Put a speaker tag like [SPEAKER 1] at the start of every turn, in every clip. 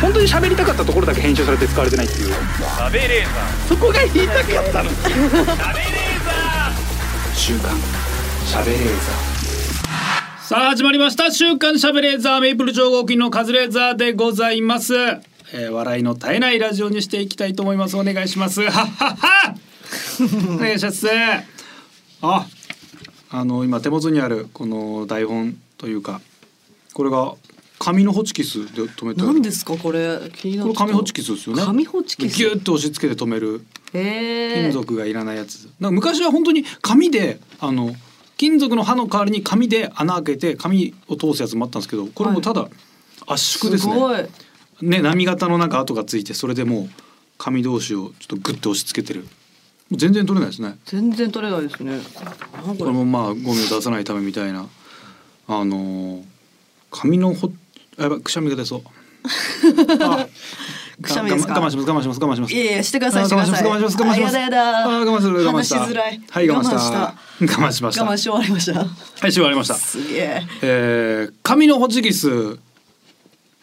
[SPEAKER 1] 本当に喋りたかったところだけ編集されて使われてないっていう
[SPEAKER 2] 食べレー
[SPEAKER 1] そこが言いたかったの
[SPEAKER 2] ザー食べレーザ
[SPEAKER 1] 週刊喋れー
[SPEAKER 3] さあ始まりました「週刊しゃべれーザーメイプル超合金のカズレーザー」でございます、えー笑いの絶えないラジオにしていきたいと思いますお願いします はっはっはお願いしますああの今手元にあるこの台本というかこれが紙のホチキスで止めてある
[SPEAKER 4] 何ですかこれ気にな
[SPEAKER 3] こ
[SPEAKER 4] っ
[SPEAKER 3] れ
[SPEAKER 4] ちゃっ
[SPEAKER 3] 紙
[SPEAKER 4] た
[SPEAKER 3] ホチキスですよね
[SPEAKER 4] 紙ホチキス
[SPEAKER 3] ギュッと押し付けて止める
[SPEAKER 4] へ
[SPEAKER 3] 金
[SPEAKER 4] え
[SPEAKER 3] 属がいらないやつ、なんか昔は本当に紙であの金属の刃の代わりに紙で穴開けて紙を通すやつもあったんですけどこれもただ圧縮ですすね,、
[SPEAKER 4] ごい
[SPEAKER 3] ね波形の中跡がついてそれでもう紙同士をちょっとグッと押し付けてるもう全然取れないですね
[SPEAKER 4] 全然取れないですねな
[SPEAKER 3] こ
[SPEAKER 4] んこ
[SPEAKER 3] れ
[SPEAKER 4] れ
[SPEAKER 3] もまあゴミを出さないためみたいなあのー紙のほあやばいくしゃみが出 そうあ
[SPEAKER 4] くしゃみですか
[SPEAKER 3] 我慢します我慢します我慢します
[SPEAKER 4] いやいやしてくださいしてください
[SPEAKER 3] 我慢します我慢します
[SPEAKER 4] あやだやだ
[SPEAKER 3] あ我慢する我慢した
[SPEAKER 4] 話しづらい
[SPEAKER 3] はい我慢した
[SPEAKER 4] 我
[SPEAKER 3] 我慢しました
[SPEAKER 4] 我慢し終わりました
[SPEAKER 3] はい終わりました
[SPEAKER 4] すげえ
[SPEAKER 3] えー、紙のホチキス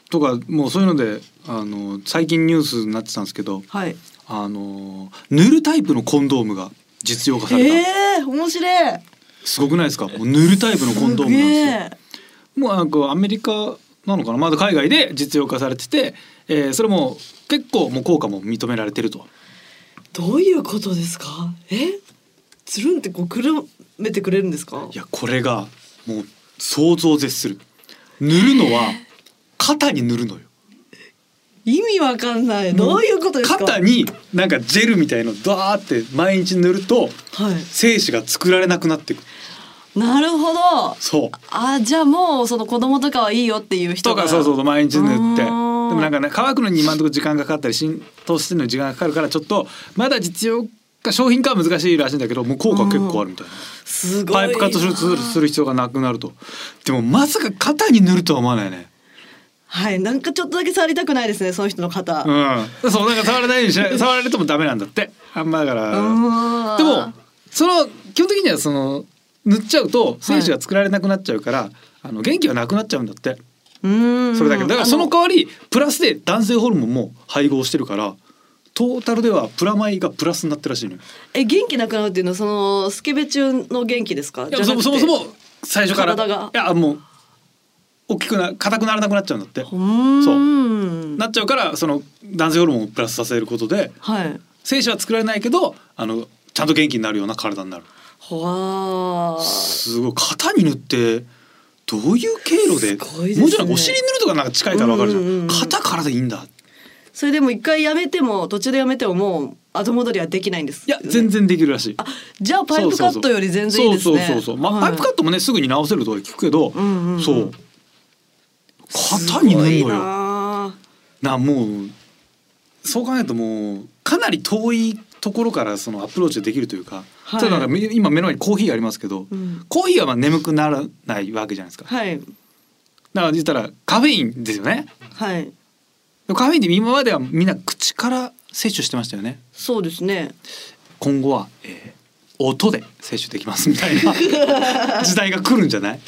[SPEAKER 3] とかもうそういうのであの最近ニュースになってたんですけど
[SPEAKER 4] はい
[SPEAKER 3] あの塗るタイプのコンドームが実用化された、
[SPEAKER 4] えー、面白い
[SPEAKER 3] すごくないですかもう塗るタイプのコンドームなんですよ
[SPEAKER 4] す
[SPEAKER 3] もうなんかアメリカなのかなまだ海外で実用化されてて、えーそれも結構もう効果も認められてると
[SPEAKER 4] げえどういうことですかえつるんってこうくるめてくれるんですか
[SPEAKER 3] いやこれがもう想像を絶する塗るのは肩に塗るのよ
[SPEAKER 4] 意味わかんないどういうことですか
[SPEAKER 3] 肩になんかジェルみたいのダーって毎日塗ると
[SPEAKER 4] はい
[SPEAKER 3] 精子が作られなくなってくる
[SPEAKER 4] なるほど
[SPEAKER 3] そう
[SPEAKER 4] あじゃあもうその子供とかはいいよっていう人
[SPEAKER 3] と
[SPEAKER 4] が
[SPEAKER 3] かそうそうそう毎日塗って
[SPEAKER 4] あー
[SPEAKER 3] でもなんかね乾くのに今のところ時間がかかったり浸透してるのに時間がかかるからちょっとまだ実用化商品化は難しいらしいんだけどもう効果は結構あるみたいな
[SPEAKER 4] すごい
[SPEAKER 3] パイプカットするする必要がなくなるとでもまさか肩に塗るとは思わないね
[SPEAKER 4] はいなんかちょっとだけ触りたくないですねその人の肩、う
[SPEAKER 3] うんそうなんか触らないようにしない触られてもダメなんだってあんまだから
[SPEAKER 4] ーん
[SPEAKER 3] でもその基本的にはその塗っちゃうと精子が作られなくなっちゃうから、あの元気がなくなっちゃうんだって
[SPEAKER 4] うーん
[SPEAKER 3] それだけだからその
[SPEAKER 4] 子
[SPEAKER 3] 代わりプラスで男性ホルモンも配合してるからトータルではプラマイがプラスになってるらしいのよ
[SPEAKER 4] え元気なくなるっていうのはそのスケベ中の元気ですか
[SPEAKER 3] いやそもそもそも最初から
[SPEAKER 4] 体が
[SPEAKER 3] いやもう大きくな硬くならなくなっちゃうんだって
[SPEAKER 4] うーん
[SPEAKER 3] なっちゃうからその男性ホルモンをプラスさせることで
[SPEAKER 4] はい
[SPEAKER 3] 精子は作られないけどあのちゃんと元気になるような体になる
[SPEAKER 4] ほわー
[SPEAKER 3] すごい型に塗ってどういう経路です
[SPEAKER 4] ごいですね
[SPEAKER 3] もうちろんお尻塗るとかなんか近いからわかるじゃん,、
[SPEAKER 4] うんうんうん
[SPEAKER 3] 型からでいいんだ
[SPEAKER 4] それでも一回やめても途中でやめてももう後戻りはできないんです
[SPEAKER 3] いや全然できるらしい
[SPEAKER 4] あじゃあパイプカットより全然いいですね
[SPEAKER 3] そうそうそうそうまあ、
[SPEAKER 4] はい
[SPEAKER 3] パイプカットもねすぐに直せるとか聞くけど、
[SPEAKER 4] んうんうん
[SPEAKER 3] そう型に塗る
[SPEAKER 4] すご
[SPEAKER 3] の
[SPEAKER 4] い
[SPEAKER 3] よ
[SPEAKER 4] なー
[SPEAKER 3] なもうそう考えるともうかなり遠いところからそのアプローチできるというか、
[SPEAKER 4] はい
[SPEAKER 3] 例えばなんか今目の前にコーヒーありますけど、
[SPEAKER 4] うん
[SPEAKER 3] コーヒーはまあ眠くならないわけじゃないですかだか
[SPEAKER 4] はい
[SPEAKER 3] ら言ったらカフェインですよね
[SPEAKER 4] はい
[SPEAKER 3] でもカフェインって今まではみんな口から摂取してましたよね
[SPEAKER 4] そうですね
[SPEAKER 3] 今後は、えー音で摂取できますみたいな時代が来るんじゃない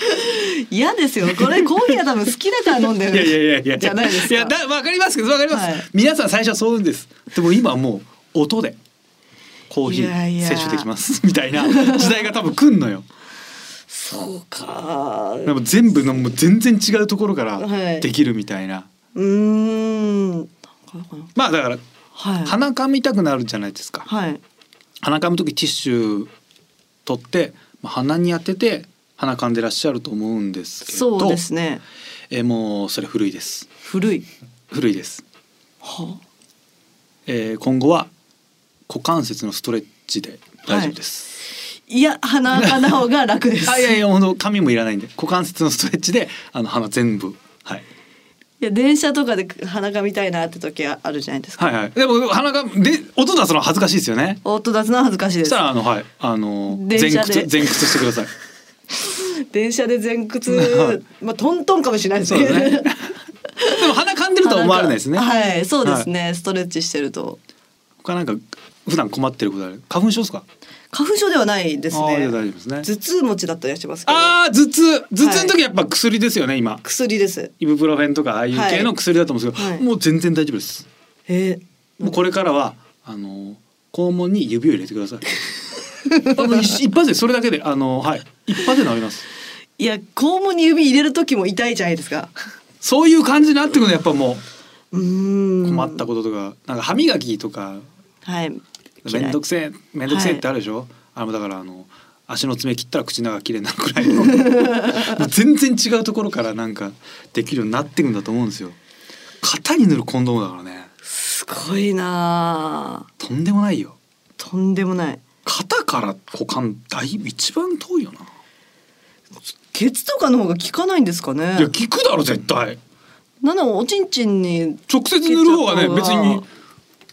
[SPEAKER 4] 嫌ですよこれコーヒーは多分好きだから飲んで
[SPEAKER 3] いや
[SPEAKER 4] る
[SPEAKER 3] いやいやいや
[SPEAKER 4] じゃないですか
[SPEAKER 3] いやだわかりますけどわかります、
[SPEAKER 4] はい
[SPEAKER 3] 皆さん最初はそうですでも今はもう音でコーヒ
[SPEAKER 4] いやい
[SPEAKER 3] ー
[SPEAKER 4] や
[SPEAKER 3] 摂取できます みたいな時代が多分来んのよ
[SPEAKER 4] そうか
[SPEAKER 3] でも全部のもう全然違うところか
[SPEAKER 4] は
[SPEAKER 3] ら
[SPEAKER 4] い
[SPEAKER 3] できるみたいな、
[SPEAKER 4] うーん
[SPEAKER 3] まあだから
[SPEAKER 4] はい
[SPEAKER 3] 鼻かみたくなるじゃないですか
[SPEAKER 4] はい
[SPEAKER 3] 鼻かむ時ティッシュ取ってまあ鼻に当てて鼻かんでらっしゃると思うんですけど
[SPEAKER 4] そうですね
[SPEAKER 3] えーもうそれ古いです
[SPEAKER 4] 古い
[SPEAKER 3] 古いです、
[SPEAKER 4] は
[SPEAKER 3] えー今後は股関節のストレッチで大丈夫です、
[SPEAKER 4] いや鼻鼻方が楽です
[SPEAKER 3] あいやいや本当髪もいらないんで股関節のストレッチであの鼻全部、はい、
[SPEAKER 4] いや電車とかで鼻が見たいなって時あるじゃないですか、
[SPEAKER 3] はいはいでも鼻がで音出すのは恥ずかしいですよね
[SPEAKER 4] 音出すのは恥ずかしいで
[SPEAKER 3] そし
[SPEAKER 4] す
[SPEAKER 3] たらあのはいあの
[SPEAKER 4] 電
[SPEAKER 3] 前
[SPEAKER 4] 車
[SPEAKER 3] 屈
[SPEAKER 4] で
[SPEAKER 3] 前屈してください
[SPEAKER 4] 電車で前 屈、
[SPEAKER 3] はい
[SPEAKER 4] まあトントンかもしれないです
[SPEAKER 3] そう
[SPEAKER 4] け
[SPEAKER 3] だ
[SPEAKER 4] ど
[SPEAKER 3] ねでも鼻噛んでるとは思われないですね
[SPEAKER 4] はいそうです
[SPEAKER 3] ね、
[SPEAKER 4] ね、ストレッチしてると
[SPEAKER 3] 他なんか普段困ってることある花粉症ですか
[SPEAKER 4] 花粉症ではないです
[SPEAKER 3] あーじ
[SPEAKER 4] ね
[SPEAKER 3] ゃあ大丈夫ですね
[SPEAKER 4] 頭痛持ちだったりはしますけど
[SPEAKER 3] ああ頭痛頭痛の時やっぱ薬ですよね今
[SPEAKER 4] 薬です
[SPEAKER 3] イブプロフェンとかああいう系の薬だと思うんですけど、
[SPEAKER 4] はいはい
[SPEAKER 3] もう全然大丈夫です
[SPEAKER 4] え
[SPEAKER 3] もうこれからはあの肛門に指を入れてください あもう一一発でそれだけであのはい一発で治ります
[SPEAKER 4] いや肛門に指入れる時も痛いじゃないですか
[SPEAKER 3] そういう感じになってくるのやっぱも
[SPEAKER 4] うー
[SPEAKER 3] うん困ったこととか、なんか歯磨きとか
[SPEAKER 4] はい
[SPEAKER 3] めんどくせえめんどくせえってあるでしょ、あのだからあの足の爪切ったら口の中きれいになるくらいの もう全然違うところからなんかできるようになってくんだと思うんですよ型に塗るコンドームだからね
[SPEAKER 4] すごいなあ
[SPEAKER 3] とんでもないよ
[SPEAKER 4] とんでもない
[SPEAKER 3] 型から股間だいぶ一番遠いよな、
[SPEAKER 4] ケツとかの方が効かないんですかね
[SPEAKER 3] いや効くだろ絶対
[SPEAKER 4] なのおちんちんに
[SPEAKER 3] 直接塗る方がね
[SPEAKER 4] ケ
[SPEAKER 3] 別
[SPEAKER 4] チャップは
[SPEAKER 3] に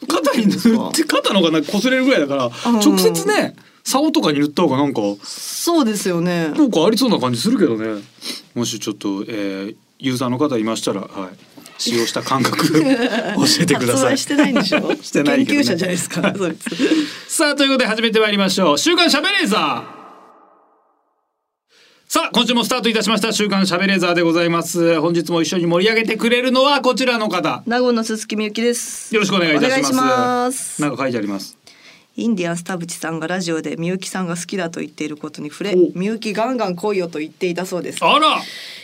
[SPEAKER 3] 肩に塗って肩の方がなんか擦れるぐらいだから
[SPEAKER 4] うん
[SPEAKER 3] 直接ね竿とかに塗った方がなんか
[SPEAKER 4] そうですよね
[SPEAKER 3] なんかありそうな感じするけどねもしちょっと、えーユーザーの方いましたら、はい、使用した感 覚教えてくだ
[SPEAKER 4] 発
[SPEAKER 3] さい
[SPEAKER 4] 売してないんでしょ
[SPEAKER 3] してないけどね
[SPEAKER 4] 研究者じゃないですかそいつ
[SPEAKER 3] さあということで始めてまいりましょう「週刊しゃべレーザー」さあ今週もスタートいたしました「週刊しゃべレーザー」でございます本日も一緒に盛り上げてくれるのはこちらの方
[SPEAKER 4] 名護の鈴木みゆきです
[SPEAKER 3] よろしくお願いいたします
[SPEAKER 4] お願いします
[SPEAKER 3] なんか書いてあります
[SPEAKER 4] インディアンス田淵さんがラジオでみゆきさんが好きだと言っていることに触
[SPEAKER 3] お
[SPEAKER 4] れみゆきガンガン来いよと言っていたそうです
[SPEAKER 3] あら
[SPEAKER 4] い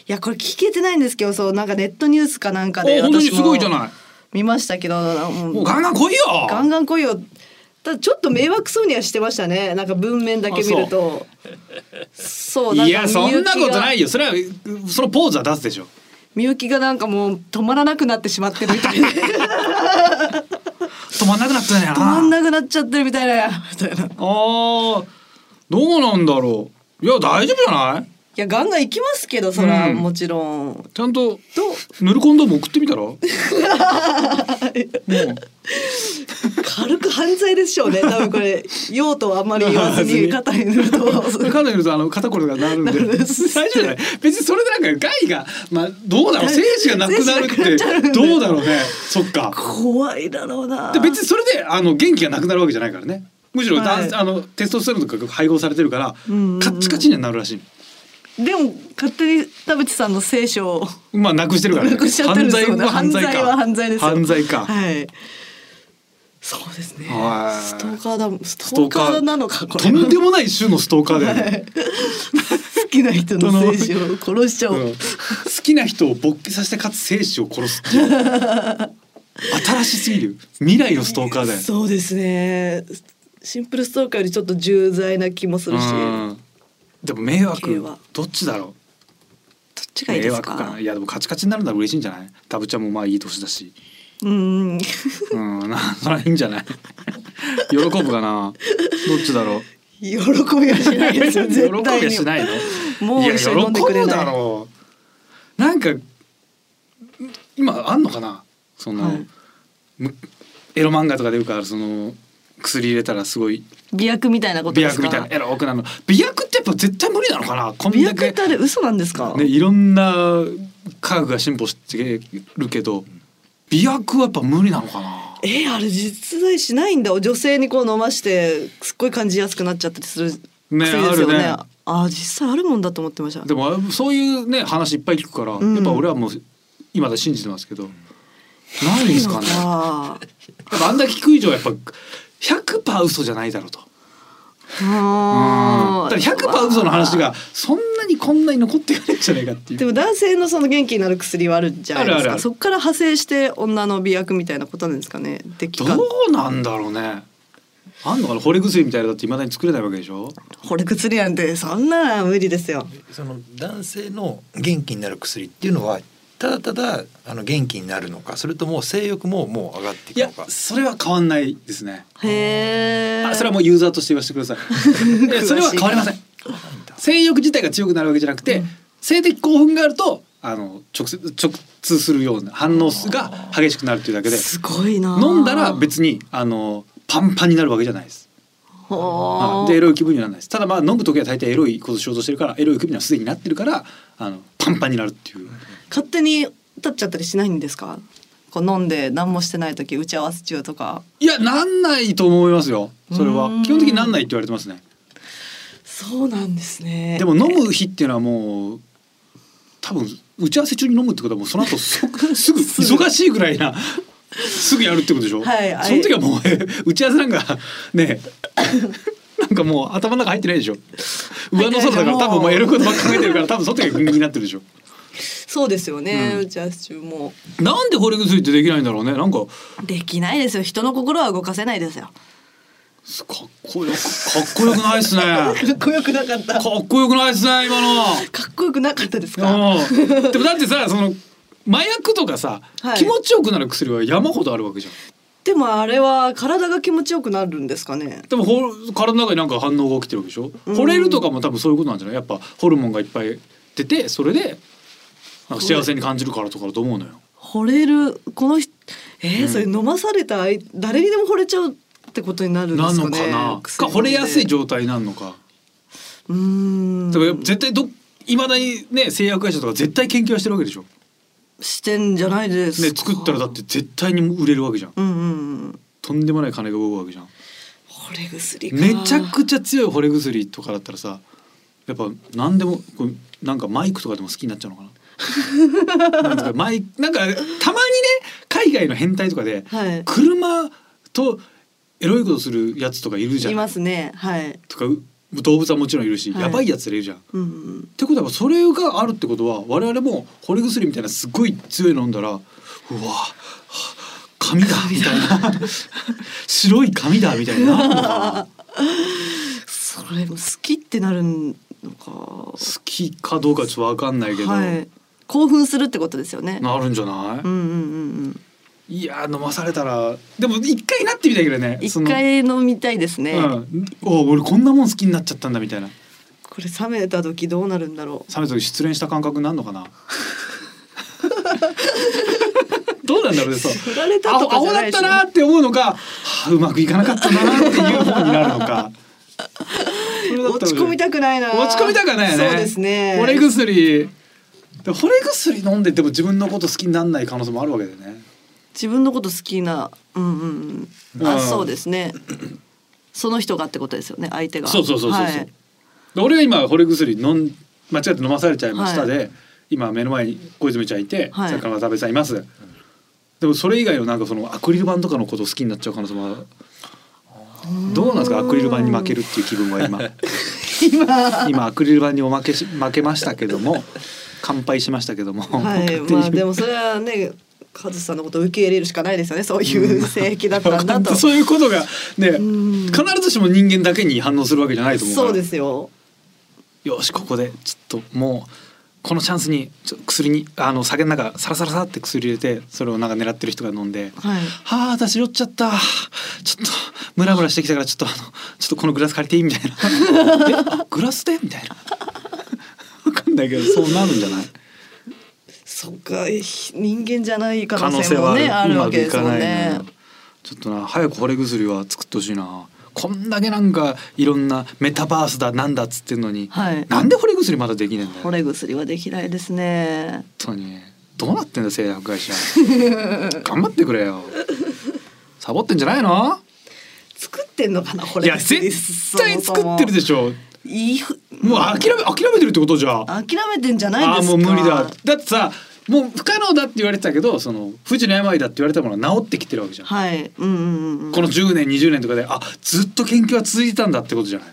[SPEAKER 4] やこれ聞けてないんですけどそうなんかネットニュースかなんかで
[SPEAKER 3] お本当に
[SPEAKER 4] 私も
[SPEAKER 3] すごいじゃない
[SPEAKER 4] 見ましたけどあもう
[SPEAKER 3] もうガンガン来いよ
[SPEAKER 4] ガンガン来いよただちょっと迷惑そうにはしてましたねなんか文面だけ見るとそう
[SPEAKER 3] いやそんなことない
[SPEAKER 4] よ
[SPEAKER 3] よそれはそのポーズは出すでしょ
[SPEAKER 4] みゆきがなんかもう止まらなくなってしまってるみ たいな止
[SPEAKER 3] 止まんなくなったんだよな
[SPEAKER 4] まんなくなっちゃってるみたいなみたいない
[SPEAKER 3] あーどうなんだろういや大丈夫じゃない
[SPEAKER 4] やガンガン行きますけどそら、
[SPEAKER 3] うん
[SPEAKER 4] もちろん
[SPEAKER 3] ちゃんと
[SPEAKER 4] どう
[SPEAKER 3] 塗るコンドーム送って みたらもう
[SPEAKER 4] 軽く犯罪で しょうね多分これ用途はあんまり言わずに肩に塗る と
[SPEAKER 3] 彼女とあの肩こりがなるんで
[SPEAKER 4] なる
[SPEAKER 3] 大丈夫じゃない別にそれでなんか害がまあどうだろう精子がなくなるってどうだろうねそっか
[SPEAKER 4] 怖いだろうな
[SPEAKER 3] で別にそれであの元気がなくなるわけじゃないからねむしろ男、
[SPEAKER 4] はい
[SPEAKER 3] あのテストステロンとかが配合されてるから、
[SPEAKER 4] うんうんうん
[SPEAKER 3] カッチカチにはなるらしい
[SPEAKER 4] でも勝手に田淵さんの聖書を
[SPEAKER 3] まあなくしてるから、
[SPEAKER 4] なくしちゃってる
[SPEAKER 3] 犯
[SPEAKER 4] んです
[SPEAKER 3] 罪
[SPEAKER 4] よね
[SPEAKER 3] は犯罪か
[SPEAKER 4] は犯罪ですよ
[SPEAKER 3] 犯罪か
[SPEAKER 4] はいそうですね
[SPEAKER 3] はい
[SPEAKER 4] ストーカーだもんス
[SPEAKER 3] ス
[SPEAKER 4] ト
[SPEAKER 3] ト
[SPEAKER 4] ー
[SPEAKER 3] ーカ
[SPEAKER 4] カー
[SPEAKER 3] ー
[SPEAKER 4] なのかことれ
[SPEAKER 3] ん
[SPEAKER 4] は
[SPEAKER 3] でもない種のストーカーだよね、
[SPEAKER 4] 好きな人の聖書を殺しちゃおう、
[SPEAKER 3] うん好きな人を勃起させてかつ生死を殺すっていう新しすぎる未来のストーカーだよ
[SPEAKER 4] そうですねシンプルストーカーよりちょっと重罪な気もするしどっ
[SPEAKER 3] うんでも迷
[SPEAKER 4] 系
[SPEAKER 3] 惑
[SPEAKER 4] は
[SPEAKER 3] どっちだろ
[SPEAKER 4] ち
[SPEAKER 3] う
[SPEAKER 4] がいいで
[SPEAKER 3] 迷
[SPEAKER 4] す
[SPEAKER 3] 惑か
[SPEAKER 4] か
[SPEAKER 3] ないやでもカチカチになるなら嬉しいんじゃないタブちゃんもまあいい年だし
[SPEAKER 4] うん
[SPEAKER 3] うんなそりゃいいんじゃない 喜ぶかなどっちだろう
[SPEAKER 4] 喜びはしないですよ絶対
[SPEAKER 3] 喜び
[SPEAKER 4] に
[SPEAKER 3] はしないの
[SPEAKER 4] もう一緒に飲んでくれ
[SPEAKER 3] や喜ぶだ
[SPEAKER 4] ない
[SPEAKER 3] ろうなんか今あんのかなその、
[SPEAKER 4] はい
[SPEAKER 3] むエロ漫画とかでよくあるその薬入れたらすごい
[SPEAKER 4] 美薬みたいなこと
[SPEAKER 3] 美
[SPEAKER 4] です
[SPEAKER 3] 薬
[SPEAKER 4] か
[SPEAKER 3] みたいなエロくなるの美薬ってやっぱ絶対無理なのかなこん
[SPEAKER 4] 美
[SPEAKER 3] だ
[SPEAKER 4] 薬
[SPEAKER 3] け
[SPEAKER 4] ってあれ嘘なんですか、
[SPEAKER 3] ねいろんな科学が進歩してるけど美薬はやっぱ無理なのかな
[SPEAKER 4] えーあれ実在しないんだ女性にこう飲ましてすっごい感じやすくなっちゃったりする薬
[SPEAKER 3] ね
[SPEAKER 4] ですよね
[SPEAKER 3] あるね
[SPEAKER 4] あー実際あるもんだと思ってました
[SPEAKER 3] でもそういうね話いっぱい聞くから、
[SPEAKER 4] ん
[SPEAKER 3] やっぱ俺はもう今だ信じてますけど、ないですかね
[SPEAKER 4] あー
[SPEAKER 3] やっぱあんだけ聞く以上やっぱ100%嘘じゃないだろうと。
[SPEAKER 4] あ
[SPEAKER 3] だから100%嘘の話がそんなにこんなに残ってくれんじゃないかってい
[SPEAKER 4] で
[SPEAKER 3] う。
[SPEAKER 4] も男性のその元気になる薬はあるじゃないで
[SPEAKER 3] ある
[SPEAKER 4] すか
[SPEAKER 3] あるある
[SPEAKER 4] そこから派生して女の美薬みたいなことなんですかねでき
[SPEAKER 3] ど
[SPEAKER 4] か
[SPEAKER 3] うなんだろうね。あんのかな惚れ薬みたいなのだって未だに作れないわけでしょ。
[SPEAKER 4] これ薬なんてそんな無理ですよ
[SPEAKER 5] その男性の元気になる薬っていうのはただただあの元気になるのかそれとも性欲ももう上がってい
[SPEAKER 3] い
[SPEAKER 5] く
[SPEAKER 3] や
[SPEAKER 5] のか
[SPEAKER 3] それは変わんないですね。
[SPEAKER 4] へえ
[SPEAKER 3] あそれはもうユーザーとして言わせてくだ さい。いやそれは変わりません。性欲自体が強くなるわけじゃなくて、性的興奮があるとあの直接直通するような反応が激しくなるというだけで、
[SPEAKER 4] すごいな
[SPEAKER 3] 飲んだら別にあのパンパンになるわけじゃないです。
[SPEAKER 4] ほ
[SPEAKER 3] はい
[SPEAKER 4] ー
[SPEAKER 3] でエロい気分にはならないですただまあ飲む時は大体エロいことしようとしてるからエロい気分にはすでになってるからあのパンパンになるっていう
[SPEAKER 4] 勝手に立っちゃったりしないんですかこう飲んで何もしてない時打ち合わせ中とか
[SPEAKER 3] いやなんないと思いますよそれは
[SPEAKER 4] うん
[SPEAKER 3] 基本的になんないって言われてますね
[SPEAKER 4] そうなんですね
[SPEAKER 3] でも飲む日っていうのはもう多分打ち合わせ中に飲むってことはもうその後 即すぐ忙しいぐらいなすぐやるってことでしょ、
[SPEAKER 4] はい
[SPEAKER 3] その時はもうえ打ち合わせなんか ねえなんかもう頭の中入ってないでしょ上の空だから多分もうやることばっか考えてるから多分その時は気になってるでしょ
[SPEAKER 4] そうですよね、
[SPEAKER 3] うん
[SPEAKER 4] 打ち合わせ中も
[SPEAKER 3] なんで惚れ薬ってできないんだろうねなんか
[SPEAKER 4] できないですよ人の心は動かせないですよ
[SPEAKER 3] すかっこよくかっこよくないっ すねかっ
[SPEAKER 4] かっこよくなかったか
[SPEAKER 3] こよくないっすね今の
[SPEAKER 4] っこよくなかったですか
[SPEAKER 3] うんでもだってさその麻薬とかさ、
[SPEAKER 4] はい
[SPEAKER 3] 気持ちよくなる薬は山ほどあるわけじゃん
[SPEAKER 4] でもあれは体が気持ちよくなるんですかね
[SPEAKER 3] でもほ体の中になんか反応が起きてるわけでしょ
[SPEAKER 4] うん
[SPEAKER 3] 惚れるとかも多分そういうことなんじゃないやっぱホルモンがいっぱい出てそれでなんか幸せに感じるからとかだと思うのよ
[SPEAKER 4] 惚れるこの人えー
[SPEAKER 3] うん
[SPEAKER 4] それ飲まされた相誰にでも惚れちゃうってことになるんで
[SPEAKER 3] な
[SPEAKER 4] すか
[SPEAKER 3] の
[SPEAKER 4] ね
[SPEAKER 3] かなか惚れやすい状態なのか、
[SPEAKER 4] うーん
[SPEAKER 3] でも絶対どいまだにね製薬会社とか絶対研究はしてるわけでしょ、ね、
[SPEAKER 4] してんじゃないですか
[SPEAKER 3] 作ったらだって絶対に売れるわけじゃん
[SPEAKER 4] うんうんうん
[SPEAKER 3] とんでもない金が動くわけじゃん
[SPEAKER 4] 惚れ薬か
[SPEAKER 3] めちゃくちゃ強い惚れ薬とかだったらさやっぱ何でもこうなんかマイクとかでも好きになっちゃうのか ななんかマイクなんかたまにね海外の変態とかで
[SPEAKER 4] はい
[SPEAKER 3] 車とエロいことするやつとかいるじゃ
[SPEAKER 4] いま
[SPEAKER 3] ん
[SPEAKER 4] すねはい
[SPEAKER 3] とかう動物はもちろんいるし、
[SPEAKER 4] はい
[SPEAKER 3] やばいやつらいるじゃん。っ
[SPEAKER 4] うんうん
[SPEAKER 3] てことはそれがあるってことは我々も惚れ薬みたいなすごい強いの飲んだらうわは紙だみたいな 白い紙だみたいになるのかな。
[SPEAKER 4] それも好きってなるのか
[SPEAKER 3] 好きかどうかちょっとわかんないけど、
[SPEAKER 4] はい興奮するってことですよね
[SPEAKER 3] なるんじゃない、
[SPEAKER 4] うんうんうん
[SPEAKER 3] いやー飲まされたらでも一回なってみたいけどね
[SPEAKER 4] うん
[SPEAKER 3] そ
[SPEAKER 4] 一
[SPEAKER 3] の
[SPEAKER 4] 回飲みたいですね、
[SPEAKER 3] うん、お俺こんなもん好きになっちゃったんだみたいな
[SPEAKER 4] これ冷めた時どうなるんだろ
[SPEAKER 3] 冷めた時失恋した感覚になるのか などうなんだろうねそう
[SPEAKER 4] う振られた
[SPEAKER 3] ア
[SPEAKER 4] と
[SPEAKER 3] ホ
[SPEAKER 4] か
[SPEAKER 3] ア
[SPEAKER 4] じゃ
[SPEAKER 3] ホ
[SPEAKER 4] な
[SPEAKER 3] だ
[SPEAKER 4] いで
[SPEAKER 3] っ
[SPEAKER 4] したょ
[SPEAKER 3] なーって思うのか、はあ、うまくいかなかったなーっていう方になるのかそれだったら
[SPEAKER 4] 落ち込みたくないな
[SPEAKER 3] 落ち込みたくはないよね
[SPEAKER 4] そうですね
[SPEAKER 3] 惚れ薬でも惚れ薬飲んでても自分のこと好きにならない可能性もあるわけだよね
[SPEAKER 4] 自分のこと好きなうんうんうんあ
[SPEAKER 3] うん
[SPEAKER 4] そうですねその人がってことですよね相手が
[SPEAKER 3] そうそうそうそうそう
[SPEAKER 4] はい
[SPEAKER 3] で俺が今惚れ薬飲ん間違って飲まされちゃいましたで、
[SPEAKER 4] は
[SPEAKER 3] 今目の前に小泉ちゃんいて、
[SPEAKER 4] はい
[SPEAKER 3] さっきから渡辺さんいます、でもそれ以外のなんかそのアクリル板とかのこと好きになっちゃう可能性もあるどうなんですかアクリル板に負けるっていう気分は今 今アクリル板にお負けし負けましたけども乾杯しましたけども、
[SPEAKER 4] はい、
[SPEAKER 3] 勝手に
[SPEAKER 4] まあでもそれはねカズさんのことを受け入れるしかないですよねそういう性癖だったんだ と
[SPEAKER 3] そういうことがね
[SPEAKER 4] ん
[SPEAKER 3] 必ずしも人間だけに反応するわけじゃないと思うから
[SPEAKER 4] そうですよ
[SPEAKER 3] よしここでちょっともうこのチャンスにちょ薬にあの酒の中サラサラサラって薬入れてそれをなんか狙ってる人が飲んで「
[SPEAKER 4] はい
[SPEAKER 3] はあ私酔っちゃったちょっとムラムラしてきたからちょっとあのちょっとこのグラス借りていい?」みたいな「え あグラスで?」みたいな分かんないけどそうなるんじゃない
[SPEAKER 4] そっかえ人間じゃない可
[SPEAKER 3] 可
[SPEAKER 4] 能
[SPEAKER 3] 能
[SPEAKER 4] 性
[SPEAKER 3] 性
[SPEAKER 4] も
[SPEAKER 3] はある,、
[SPEAKER 4] ねあるわけです
[SPEAKER 3] う
[SPEAKER 4] も
[SPEAKER 3] まく
[SPEAKER 4] ん
[SPEAKER 3] いかないの
[SPEAKER 4] ね
[SPEAKER 3] よちょっとな早く惚れ薬は作ってほしいなこんだけなんかいろんなメタバースだなんだっつってんのに、
[SPEAKER 4] はい
[SPEAKER 3] なんで惚れ薬まだできねえんだよ
[SPEAKER 4] 惚れ薬はできないですね
[SPEAKER 3] 本当にどうなってんだ製薬 会社頑張ってくれよサボってんじゃないの
[SPEAKER 4] 作ってんのかな惚
[SPEAKER 3] い
[SPEAKER 4] れ
[SPEAKER 3] や
[SPEAKER 4] 薬
[SPEAKER 3] 絶対作ってるで
[SPEAKER 4] し
[SPEAKER 3] しょ
[SPEAKER 4] ょいいふ
[SPEAKER 3] もう諦め諦めてるってことじゃあ
[SPEAKER 4] 諦めてんじゃない
[SPEAKER 3] あ
[SPEAKER 4] で
[SPEAKER 3] ー
[SPEAKER 4] す
[SPEAKER 3] も
[SPEAKER 4] か
[SPEAKER 3] う無理だだってさもう不可能だって言われてたけどその不治の病だって言われたものは治ってきてるわけじゃん、
[SPEAKER 4] はいうんうんうんうん
[SPEAKER 3] この10年20年とかであずっと研究は続いてたんだってことじゃない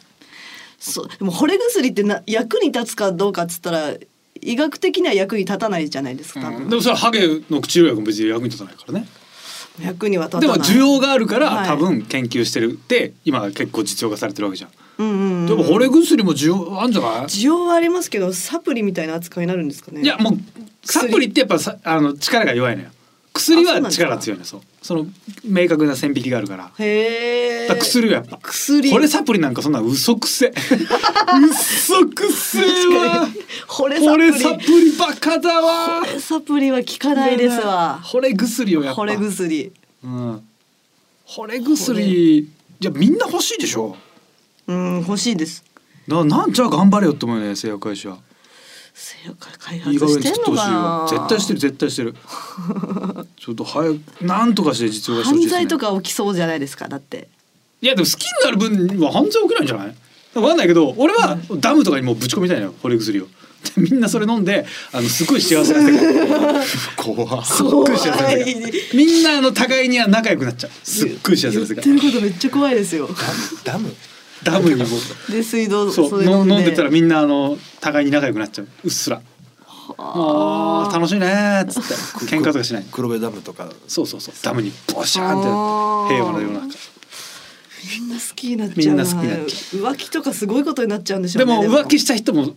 [SPEAKER 4] そうでも惚れ薬ってな役に立つかどうかっつったら医学的には役に立たないじゃないですか、多分
[SPEAKER 3] でもそれはハゲの治療薬も別に役に立たないからね
[SPEAKER 4] 役には立た
[SPEAKER 3] で
[SPEAKER 4] な
[SPEAKER 3] も
[SPEAKER 4] い
[SPEAKER 3] 需要があるから、
[SPEAKER 4] はい
[SPEAKER 3] 多分研究してるって今結構実用化されてるわけじゃん、
[SPEAKER 4] うんうんうん
[SPEAKER 3] でも惚れ薬も需要あんじゃない
[SPEAKER 4] 需要はありますけどサプリみたいな扱いになるんですかね
[SPEAKER 3] いやもうサプリってやっぱさあの力が弱いのよ薬
[SPEAKER 4] あそうな
[SPEAKER 3] は
[SPEAKER 4] んですか
[SPEAKER 3] 力強いのよそうその明確な線引きがあるからだか
[SPEAKER 4] へえ
[SPEAKER 3] ら薬はやっぱ
[SPEAKER 4] 薬
[SPEAKER 3] これサプリなんかそんな嘘く せ嘘くせえわ
[SPEAKER 4] 惚れサ
[SPEAKER 3] こ
[SPEAKER 4] プ
[SPEAKER 3] れ
[SPEAKER 4] リ
[SPEAKER 3] サプリバカだわ
[SPEAKER 4] 惚れサプリは効かないですわ
[SPEAKER 3] これ薬をやっぱ
[SPEAKER 4] 惚れ薬
[SPEAKER 3] うん惚れ薬じゃみんな欲しいでしょ
[SPEAKER 4] うん欲しいです
[SPEAKER 3] ななんじゃあ頑張れよって思うよね製薬会社
[SPEAKER 4] 製薬開
[SPEAKER 3] いい
[SPEAKER 4] 発
[SPEAKER 3] 加減
[SPEAKER 4] して
[SPEAKER 3] 作
[SPEAKER 4] ん
[SPEAKER 3] って
[SPEAKER 4] の
[SPEAKER 3] ほしい
[SPEAKER 4] かな
[SPEAKER 3] よ絶対してる絶対してる ちょっと早くなんとかして実用化してほしい
[SPEAKER 4] 犯
[SPEAKER 3] です、ね、
[SPEAKER 4] 罪とか起きそうじゃないですかだって
[SPEAKER 3] いやでも好きになる分には犯罪起きないんじゃない分かんないけど俺はダムとかにもうぶち込みたいのよ惚れ薬を。でみんなそれ飲んであのすごい幸せな世 界
[SPEAKER 5] 怖
[SPEAKER 3] すっごい幸せな世
[SPEAKER 4] 怖
[SPEAKER 3] 界みんなあの互いには仲良くなっちゃうすっごい幸せな世
[SPEAKER 4] 言って
[SPEAKER 3] 界
[SPEAKER 4] ることめっちゃ怖いですよ
[SPEAKER 5] ダム
[SPEAKER 3] ダムにも
[SPEAKER 4] で水道
[SPEAKER 3] そう
[SPEAKER 4] れ
[SPEAKER 3] 飲ん飲んでたらみんなあの互いに仲良くなっちゃううっすらあー楽しいねーっつって喧嘩とかしない
[SPEAKER 5] 黒部ダムとか
[SPEAKER 3] そうそうそうダムにボシャーンってなって平和な世の中
[SPEAKER 4] みんな好きになっちゃう
[SPEAKER 3] みんな好きになっち
[SPEAKER 4] 浮気とかすごいことになっちゃうんでしょ
[SPEAKER 3] で
[SPEAKER 4] うね
[SPEAKER 3] も浮気した人も好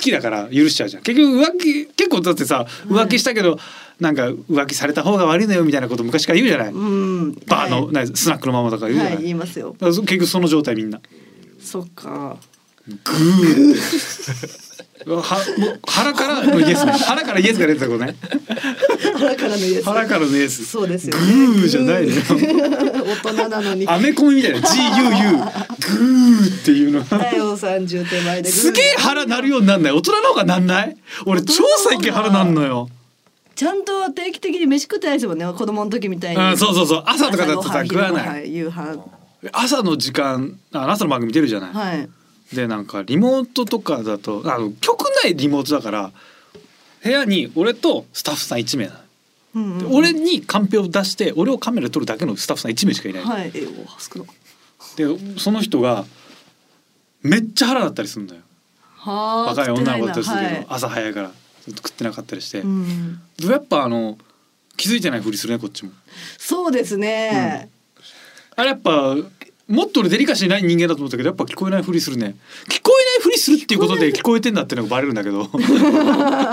[SPEAKER 3] きだから許しちゃうじゃん結局浮気結構だってさ浮気したけどなんか浮気された方が悪いのよみたいなこと昔から言うじゃない、
[SPEAKER 4] うん
[SPEAKER 3] バーの、
[SPEAKER 4] は
[SPEAKER 3] ないスナックのママとか
[SPEAKER 4] い
[SPEAKER 3] 言うじゃない、
[SPEAKER 4] はい言いますよ
[SPEAKER 3] だからそ結局その状態みんな
[SPEAKER 4] そっか
[SPEAKER 3] グーってはもう腹からのイ エスね腹からイエスが出てたことね
[SPEAKER 4] 腹からのイエス
[SPEAKER 3] 腹からのイエス
[SPEAKER 4] そうですよ、ね、
[SPEAKER 3] グーじゃないのよ
[SPEAKER 4] よ 大人なのに
[SPEAKER 3] アメコミみたいな GUU グーっていうの
[SPEAKER 4] だよ三十手前で
[SPEAKER 3] すげえ腹なるようになんない大人の方がなんない俺超最近腹なんのよ
[SPEAKER 4] ちゃんと定期的に飯食ってないですもんね子供の時みたいに、
[SPEAKER 3] うん、そうそうそう朝とかだとさ
[SPEAKER 4] 朝
[SPEAKER 3] 食
[SPEAKER 4] ご飯
[SPEAKER 3] わない
[SPEAKER 4] 昼ご飯夕
[SPEAKER 3] 朝の時間あ朝の番組出るじゃない、
[SPEAKER 4] 飯はい
[SPEAKER 3] でなんかリモートとかだとあの局内リモートだから部屋に俺とスタッフさん1名な
[SPEAKER 4] う
[SPEAKER 3] の、
[SPEAKER 4] んう
[SPEAKER 3] で
[SPEAKER 4] ん、
[SPEAKER 3] 俺にカンペを出して俺をカメラで撮るだけのスタッフさん1名しかいない、
[SPEAKER 4] はいえお少な
[SPEAKER 3] でその人がめっちゃ腹だったりするんだよ
[SPEAKER 4] は
[SPEAKER 3] 若い女の子だったり
[SPEAKER 4] です
[SPEAKER 3] るけど、朝早いからずっと食ってなかったりして、
[SPEAKER 4] うん、
[SPEAKER 3] でもやっぱあの気づいてないふりするねこっちも
[SPEAKER 4] そうですね、
[SPEAKER 3] あれやっぱもっと俺デリカシーない人間だと思ったけどやっぱ聞こえないふりするね聞こえないふりするっていうことで聞こえてんだってのがバレるんだけど あ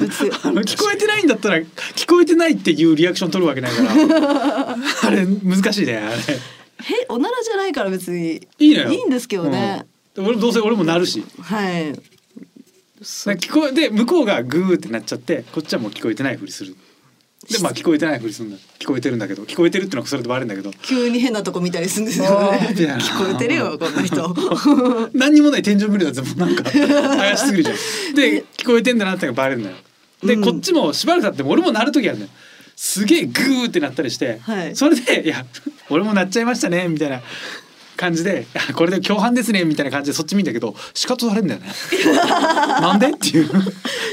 [SPEAKER 4] 別に
[SPEAKER 3] の聞こえてないんだったら聞こえてないっていうリアクション取るわけないから あれ難しいねあれ
[SPEAKER 4] へおならじゃないから別に
[SPEAKER 3] いいのよ
[SPEAKER 4] んですけど
[SPEAKER 3] う
[SPEAKER 4] ね、、
[SPEAKER 3] ん俺どうせ俺もなるし
[SPEAKER 4] は
[SPEAKER 3] な
[SPEAKER 4] い
[SPEAKER 3] んか聞こえで向こうがグーってなっちゃってこっちはもう聞こえてないふりするでまあ聞こえてないふりするんだ聞こえてるんだけど聞こえてるってのはそれでバレるんだけど
[SPEAKER 4] 急に変なとこ見たりするんですよね
[SPEAKER 3] あーいや
[SPEAKER 4] 聞こえてるよこ の人
[SPEAKER 3] 何にもない天井無理だってもうなん か怪しすぎるじゃん。で聞こえてんだなってのがバレるのよ。で、
[SPEAKER 4] うん
[SPEAKER 3] こっちもしばらく経っても俺も鳴る時あるのよ。すげえグーってなったりして、
[SPEAKER 4] はい
[SPEAKER 3] それで「いや俺も鳴っちゃいましたね」みたいな感じでいや「これで共犯ですね」みたいな感じでそっち見んだけど仕方されん だよね。なんでっていう。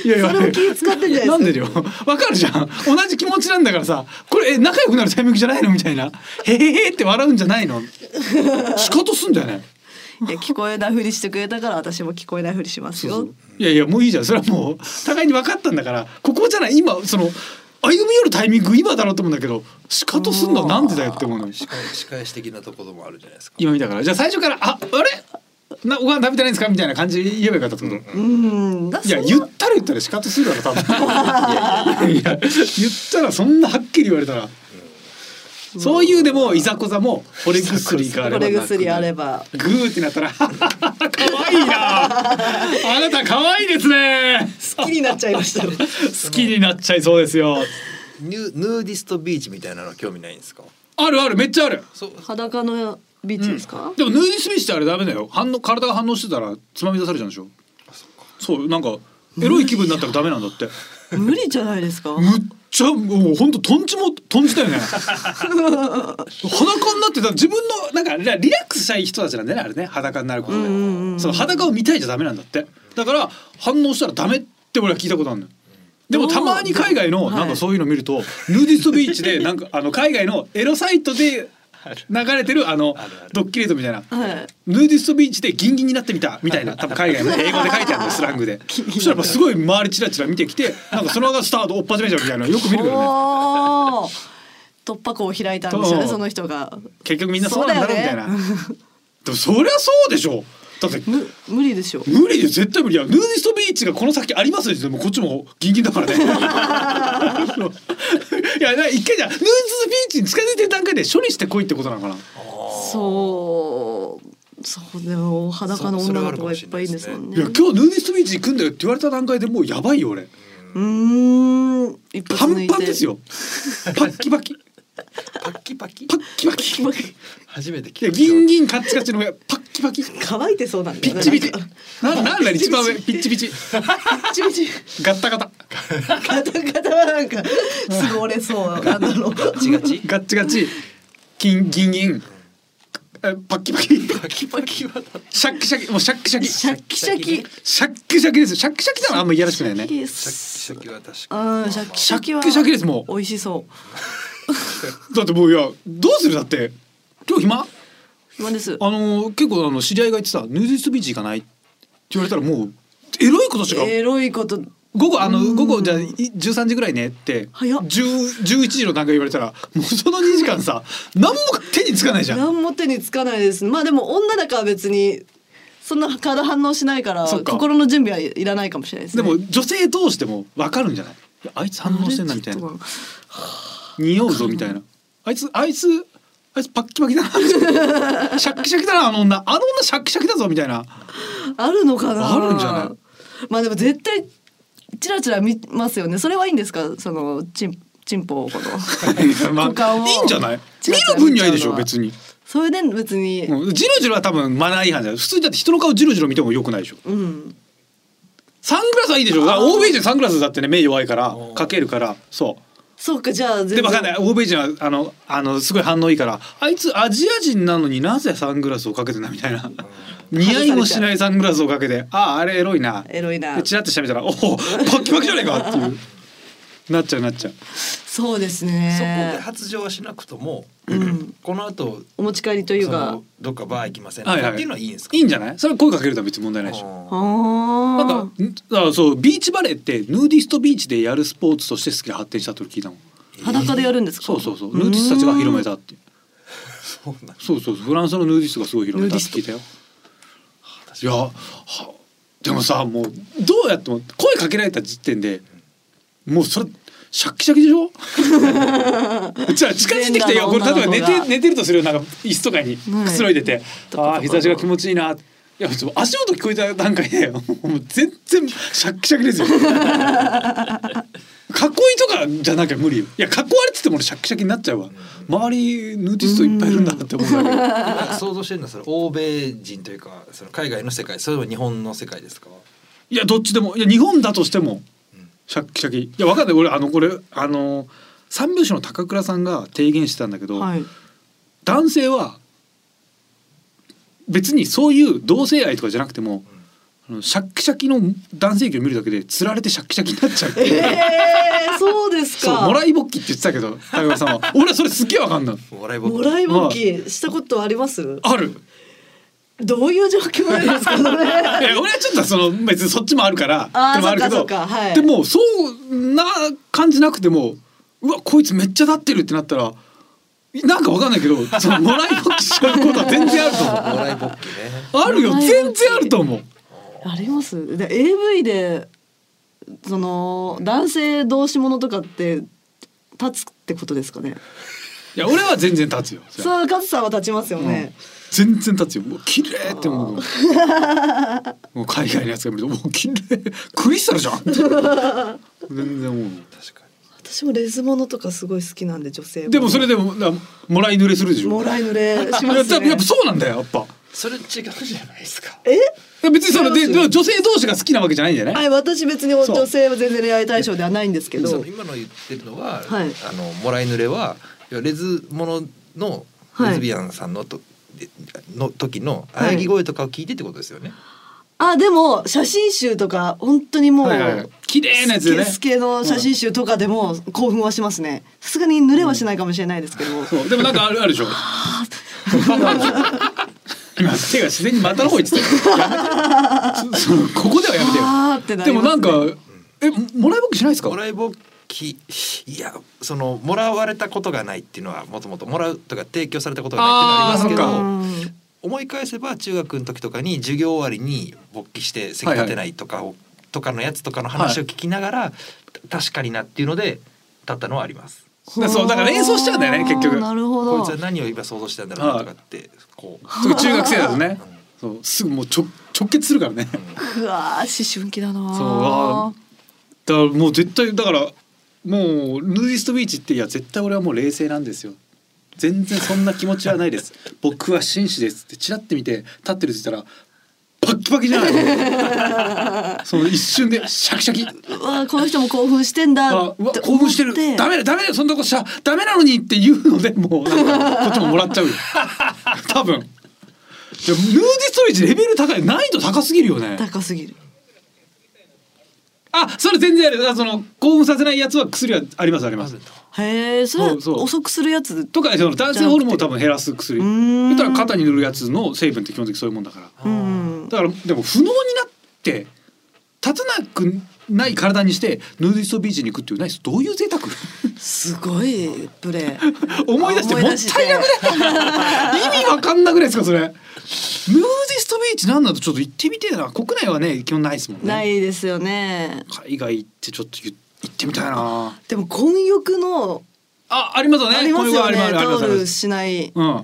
[SPEAKER 3] いやいや
[SPEAKER 4] それも気使ってんじゃないですか
[SPEAKER 3] んでるよ。わかるじゃん。同じ気持ちなんだからさこれえ仲良くなるタイミングじゃないのみたいな「へへへ」って笑うんじゃない の仕方すんだよね。
[SPEAKER 4] いや聞こえないふりしてくれたから私も聞こえないふりしますよ
[SPEAKER 3] いやいやもういいじゃんそれはもう互いに分かったんだからここじゃない今その歩み寄るタイミング今だろうと思うんだけど仕方すんのなんでだよって思うのよ
[SPEAKER 5] 仕返仕返し的なところもあるじゃないですか
[SPEAKER 3] 今見たからじゃあ最初から「ああれなご飯食べてないんですか?」みたいな感じで言えばよかったってこと、
[SPEAKER 4] うんだ
[SPEAKER 3] いや
[SPEAKER 4] そんな
[SPEAKER 3] 言ったら言ったら仕方するだろ多分いや言ったらそんなはっきり言われたら、そういうでもいざこざも惚れ薬があれば
[SPEAKER 4] これ薬あれ
[SPEAKER 3] ば
[SPEAKER 4] ば
[SPEAKER 3] グーってなったら「 可愛いなあなた可愛いですね」
[SPEAKER 4] 好きになっちゃいましたよ
[SPEAKER 3] 好きになっちゃいそうですよ。
[SPEAKER 5] ニュヌーディストビーチみたいなのは興味ないんですか
[SPEAKER 3] あるあるめっちゃある。
[SPEAKER 5] そう
[SPEAKER 4] 裸のビーチですか、
[SPEAKER 3] でもヌーディスビーチってあれダメだよ。反応体が反応してたらつまみ出されちゃうんでしょ。そうなんかエロい気分になったらダメなんだって。
[SPEAKER 4] 無理じゃないですか
[SPEAKER 3] むっちゃもう本当とんちもとんちだよね。裸になってた自分のなんかリラリラックスしたい人たちなんだよねあれね裸になることで。その裸を見たいじゃダメなんだって。だから反応したらダメって俺は聞いたことあるのよ。でもたまに海外の
[SPEAKER 4] はい
[SPEAKER 3] なんかそういうの見ると、ヌーディストビーチでなんかあの海外のエロサイトで流れてるあのドッキリとみたいな。
[SPEAKER 4] はい
[SPEAKER 3] ヌーディストビーチでギンギンになってみたみたい な多分海外の英語で書いてあるのスラング でそしたらやっぱすごい周りチラチラ見てきてなんかそのままスタート追っ始めちゃうみたいなのよく見る けどね
[SPEAKER 4] おー突破口を開いたんですよねその人が
[SPEAKER 3] 結局みんなそうなんだろうみたいな、でもそりゃそうでしょだって
[SPEAKER 4] む無理でしょ
[SPEAKER 3] 無理で絶対無理やヌーディストビーチがこの先ありますよでもこっちもギンギンだ からねいやな一回じゃヌーディストビーチに近づいてる段階で処理してこいってことなのかな
[SPEAKER 4] そうそうでも裸の女の子がいっぱいいるんですもん
[SPEAKER 3] いや
[SPEAKER 4] ね
[SPEAKER 3] 今日ヌーディストビーチ行くんだよって言われた段階でもうやばいよ俺。
[SPEAKER 4] うーん一
[SPEAKER 3] パ
[SPEAKER 4] 発抜
[SPEAKER 3] ン
[SPEAKER 4] いて
[SPEAKER 3] パンです よ。パッキパキ。
[SPEAKER 5] パッキパキ
[SPEAKER 3] パッキパキ。
[SPEAKER 5] 初めて
[SPEAKER 3] い
[SPEAKER 5] 聞
[SPEAKER 3] や
[SPEAKER 5] い
[SPEAKER 3] ギン
[SPEAKER 5] た
[SPEAKER 3] ギンカッチカチの上パッキパキ。
[SPEAKER 4] 乾いてそうなんだ
[SPEAKER 3] ピ
[SPEAKER 4] よ
[SPEAKER 3] ッ
[SPEAKER 4] ね
[SPEAKER 3] チピチ
[SPEAKER 4] なんか。
[SPEAKER 3] ななんだ一番上ピッチピチ。
[SPEAKER 4] ピッチピチ
[SPEAKER 3] ガッタガタ。
[SPEAKER 4] ガタガタはなんなんかすぐ折れそうあの
[SPEAKER 5] ガチガチ
[SPEAKER 3] ガッチガチ金銀銀えパッキパキ
[SPEAKER 5] パキパキはだって
[SPEAKER 3] シャッキシャキもうシャッキシャキ
[SPEAKER 4] シャッキシャキ
[SPEAKER 3] シャッキシャキですよシャッキシャキなのあんまいやらしくないね
[SPEAKER 5] シャキシャキは確か
[SPEAKER 4] うんシャッキシャキは
[SPEAKER 3] シャッキシャキですもう
[SPEAKER 4] 美味しそう
[SPEAKER 3] だってもういやどうするだって今日暇
[SPEAKER 4] 今です
[SPEAKER 3] あのー結構あの知り合いが言ってさ「ヌーディストビーチ行かない?」って言われたらもうエロいことしか
[SPEAKER 4] エロいこと
[SPEAKER 3] 午後あの
[SPEAKER 4] うん
[SPEAKER 3] 午後じゃあい13時ぐらいねって
[SPEAKER 4] 早っ
[SPEAKER 3] 10 11時の段階で言われたらもうその2時間さ何も手につかないじゃん。
[SPEAKER 4] 何も手につかないですまあでも女だから別にそんな体反応しないから
[SPEAKER 3] そっか
[SPEAKER 4] 心の準備はいいらないかもしれないです
[SPEAKER 3] で
[SPEAKER 4] ね
[SPEAKER 3] も女性通しても分かるんじゃないいやあいつ反応してんなみたいな匂うぞみたいなあいつあいつあいつパッキパキだな シャッキシャキだなあの女あの女シャッキシャキだぞみた いな
[SPEAKER 4] あるのかな
[SPEAKER 3] あるんじゃない
[SPEAKER 4] まあでも絶対チラチラ見ますよねそれはいいんですかそのチンチンポほど
[SPEAKER 3] まあ
[SPEAKER 4] 股間を
[SPEAKER 3] いいんじゃない
[SPEAKER 4] チ
[SPEAKER 3] 見
[SPEAKER 4] ラチラ
[SPEAKER 3] る分にはいいでしょ
[SPEAKER 4] 見ちゃう
[SPEAKER 3] 別に。
[SPEAKER 4] それで別に
[SPEAKER 3] うんジロジロは多分マナー違反じゃない普通にだって人の顔ジロジロ見てもよくないでしょ
[SPEAKER 4] うん
[SPEAKER 3] サングラスはいいでしょだから欧米人サングラスだってね目弱いからかけるからそう
[SPEAKER 4] そうかじゃあ全
[SPEAKER 3] でわかんない欧米人はあのあのすごい反応いいからあいつアジア人なのになぜサングラスをかけてんだみたいな 似合いもしないサングラスをかけてあああれエロいな
[SPEAKER 4] エロいな
[SPEAKER 3] でチラッとしてみたらおおパッキパキじゃねえかっていうなっちゃうなっちゃう
[SPEAKER 4] そうです
[SPEAKER 5] にそこで
[SPEAKER 4] ね
[SPEAKER 5] 発情はしなくとも
[SPEAKER 4] うん
[SPEAKER 5] この後
[SPEAKER 4] お持ち帰りという
[SPEAKER 5] そ
[SPEAKER 4] か
[SPEAKER 5] のどっかバー行きません
[SPEAKER 3] はい
[SPEAKER 5] か
[SPEAKER 3] はい
[SPEAKER 5] っていうのはいいんですか
[SPEAKER 3] いいんじゃないそれは声かけるとは別に問題ないでしょ
[SPEAKER 5] あ
[SPEAKER 3] な
[SPEAKER 4] あ
[SPEAKER 5] ー
[SPEAKER 3] んか
[SPEAKER 4] あ
[SPEAKER 3] んあそうビーチバレーってヌーディストビーチでやるスポーツとして好きが発展したと聞いたもん
[SPEAKER 4] 裸でやるんですか
[SPEAKER 3] そうそうそうヌーディストたちが広めたっていう
[SPEAKER 5] そうなんだ
[SPEAKER 3] そうそうそうフランスのヌーディストがすごい広めたって聞いたよいやはでもさもうどうやっても声かけられた時点でもうそれシャッキシャキでし ょじゃあ近づいてきていやこれ例えば寝
[SPEAKER 4] 全裸の女の子が
[SPEAKER 3] て寝てるとするよなんか椅子とかに
[SPEAKER 4] はい
[SPEAKER 3] くつろいでて、ああー日差しが気持ちいいないやちょっと足音聞こえた段階で もう全然シャッキシャキ ですよ囲いとかじゃなきゃ無理よいや囲われてても俺シャッキシャキになっちゃうわ周りヌーディストいっぱいいるんだって思うんだけど
[SPEAKER 5] 今想像してるのはそれ欧米人というかその海外の世界それとも日本の世界ですか
[SPEAKER 3] いやどっちでもいや日本だとしても
[SPEAKER 5] うん
[SPEAKER 3] シャッキシャキいやわかんない俺あのこれあの三拍子の高倉さんが提言してたんだけど、
[SPEAKER 4] はい
[SPEAKER 3] 男性は別にそういう同性愛とかじゃなくても、あのシャッキシャキの男性器を見るだけでつられてシャッキシャキになっちゃうっていう
[SPEAKER 4] えー、そうです
[SPEAKER 3] そう
[SPEAKER 4] か
[SPEAKER 3] もらいぼっきって言ってたけど高倉さ んは俺はそれすっげえわかんない
[SPEAKER 5] もらいぼっ
[SPEAKER 4] も
[SPEAKER 5] き
[SPEAKER 4] らいぼっきしたことあります
[SPEAKER 3] ある
[SPEAKER 4] どういう状況なんですかそ
[SPEAKER 3] い
[SPEAKER 4] れ
[SPEAKER 3] や俺はちょっとその別にそっちもあるから
[SPEAKER 4] あー
[SPEAKER 3] でもあるけど
[SPEAKER 4] そっかそっかはい
[SPEAKER 3] でもそんな感じなくてもうわこいつめっちゃ立ってるってなったらなんかわかんないけどそのもらいぼっきしちゃうことは全然あると 思
[SPEAKER 5] もらいぼっきね
[SPEAKER 3] うあるよ
[SPEAKER 4] もらいぼっき
[SPEAKER 3] 全然あると思う
[SPEAKER 4] ありますで AV でその男性同士ものとかって立つってことですかね
[SPEAKER 3] いや俺は全然立つよそれは
[SPEAKER 4] さあカズさんは立ちますよね、
[SPEAKER 3] 全然立つよもう綺麗って思うもう海外のやつが見るともう綺麗クリスタルじゃんって全然思う
[SPEAKER 5] 確かに
[SPEAKER 4] 私もレズものとかすごい好きなんで女性もの
[SPEAKER 3] でもそれでもなもらい濡れするでしょ
[SPEAKER 4] もらい濡れし
[SPEAKER 3] い
[SPEAKER 4] ま
[SPEAKER 3] や
[SPEAKER 4] す
[SPEAKER 3] 多分や
[SPEAKER 4] ね
[SPEAKER 3] っぱそうなんだよやっぱ。
[SPEAKER 5] それ違うじゃないですか
[SPEAKER 4] え
[SPEAKER 3] いや別にその
[SPEAKER 4] 違
[SPEAKER 3] で
[SPEAKER 4] います
[SPEAKER 3] でも女性同士が好きなわけじゃないんじゃない、
[SPEAKER 4] はい私別に
[SPEAKER 3] そう
[SPEAKER 4] 女性は全然恋愛対象ではないんですけ
[SPEAKER 5] そ
[SPEAKER 4] ど
[SPEAKER 5] の今の言ってるのは、
[SPEAKER 4] はい
[SPEAKER 5] あのもらい濡れはいやレズものの
[SPEAKER 4] はい
[SPEAKER 5] レズビアンさんのと、での時の喘ぎ声とかを聞いてってことですよね。
[SPEAKER 4] あでも写真集とか本当にもう、
[SPEAKER 3] はいはいはい綺麗なやつ
[SPEAKER 4] ス
[SPEAKER 3] よね
[SPEAKER 4] ケスケの写真集とかでも興奮はしますねさすがに濡れはしないかもしれないですけど、
[SPEAKER 3] そうでもなんかあるあるでしょ 今手が自然に股の方行ってたよや めてそそのここではやめてよ
[SPEAKER 4] あーってな
[SPEAKER 3] で
[SPEAKER 4] り
[SPEAKER 3] も
[SPEAKER 4] ますね
[SPEAKER 3] なんかえもらいぼっきしないですか
[SPEAKER 5] もらいぼっきいやそのもらわれたことがないっていうのはもともともらうとか提供されたことがないっていうのはありますけど。
[SPEAKER 4] うん
[SPEAKER 5] 思い返せば中学の時とかに授業終わりに勃起して席立てないとかを、とかのやつとかの話を聞きながら、た確かになっていうので立ったのはあります。
[SPEAKER 3] だそうだから連想しちゃうんだよね
[SPEAKER 4] あー
[SPEAKER 3] 結局
[SPEAKER 4] なるほ
[SPEAKER 5] こい
[SPEAKER 4] ど
[SPEAKER 5] つは何を今想像してたんだろうなとかってこう
[SPEAKER 3] そう中学生だとねそうすぐもうちょ直結するからね
[SPEAKER 4] うわー思春期だな
[SPEAKER 3] そうあだからもう絶対だからもうヌーディストビーチっていや絶対俺はもう冷静なんですよ 全然そんな気持ちはないです僕は紳士ですってチラって見て立ってるって言ったらパッキパキじゃ ないその一瞬でシャキシャキ
[SPEAKER 4] うわこの人も興奮してんだ
[SPEAKER 3] あ
[SPEAKER 4] っ
[SPEAKER 3] うわ
[SPEAKER 4] て
[SPEAKER 3] 興奮してる
[SPEAKER 4] 思って
[SPEAKER 3] ダメだダメだよそんなことしちゃダメなのにって言うのでもうなんかこっちももらっ ちゃうよ多分いやムーディストレージレベル高い難易度高すぎるよね
[SPEAKER 4] 高すぎる
[SPEAKER 3] あそれ全然あるあその興奮させないやつは薬はありますあります
[SPEAKER 4] へえそれは
[SPEAKER 3] そうそう
[SPEAKER 4] 遅くするやつ
[SPEAKER 3] とかその男性ホルモンを多分減らす薬
[SPEAKER 4] うー
[SPEAKER 3] 言
[SPEAKER 4] ん
[SPEAKER 3] ったら肩に塗るやつの成分って基本的にそういうもんだから
[SPEAKER 4] うん
[SPEAKER 3] だからでも不能になって立たなくない体にしてヌーディストビーチに行くっていうないですどういう贅沢
[SPEAKER 4] すごいプレー
[SPEAKER 3] 思い出しても
[SPEAKER 4] 思
[SPEAKER 3] っ
[SPEAKER 4] い出して
[SPEAKER 3] たいなくない意味わかんなくないですかそれヌーディストビーチなんだとちょっと行ってみてえな国内はね基本ないですもんね
[SPEAKER 4] ないですよね
[SPEAKER 3] 海外行ってちょっと行ってみたいな
[SPEAKER 4] でも混浴の
[SPEAKER 3] あありますよね
[SPEAKER 4] あります
[SPEAKER 3] こ
[SPEAKER 4] よ
[SPEAKER 3] ういう
[SPEAKER 4] ね
[SPEAKER 3] のあり
[SPEAKER 4] タ
[SPEAKER 3] ます
[SPEAKER 4] オ
[SPEAKER 3] ありますありま
[SPEAKER 4] ル
[SPEAKER 3] す
[SPEAKER 4] しない
[SPEAKER 3] うん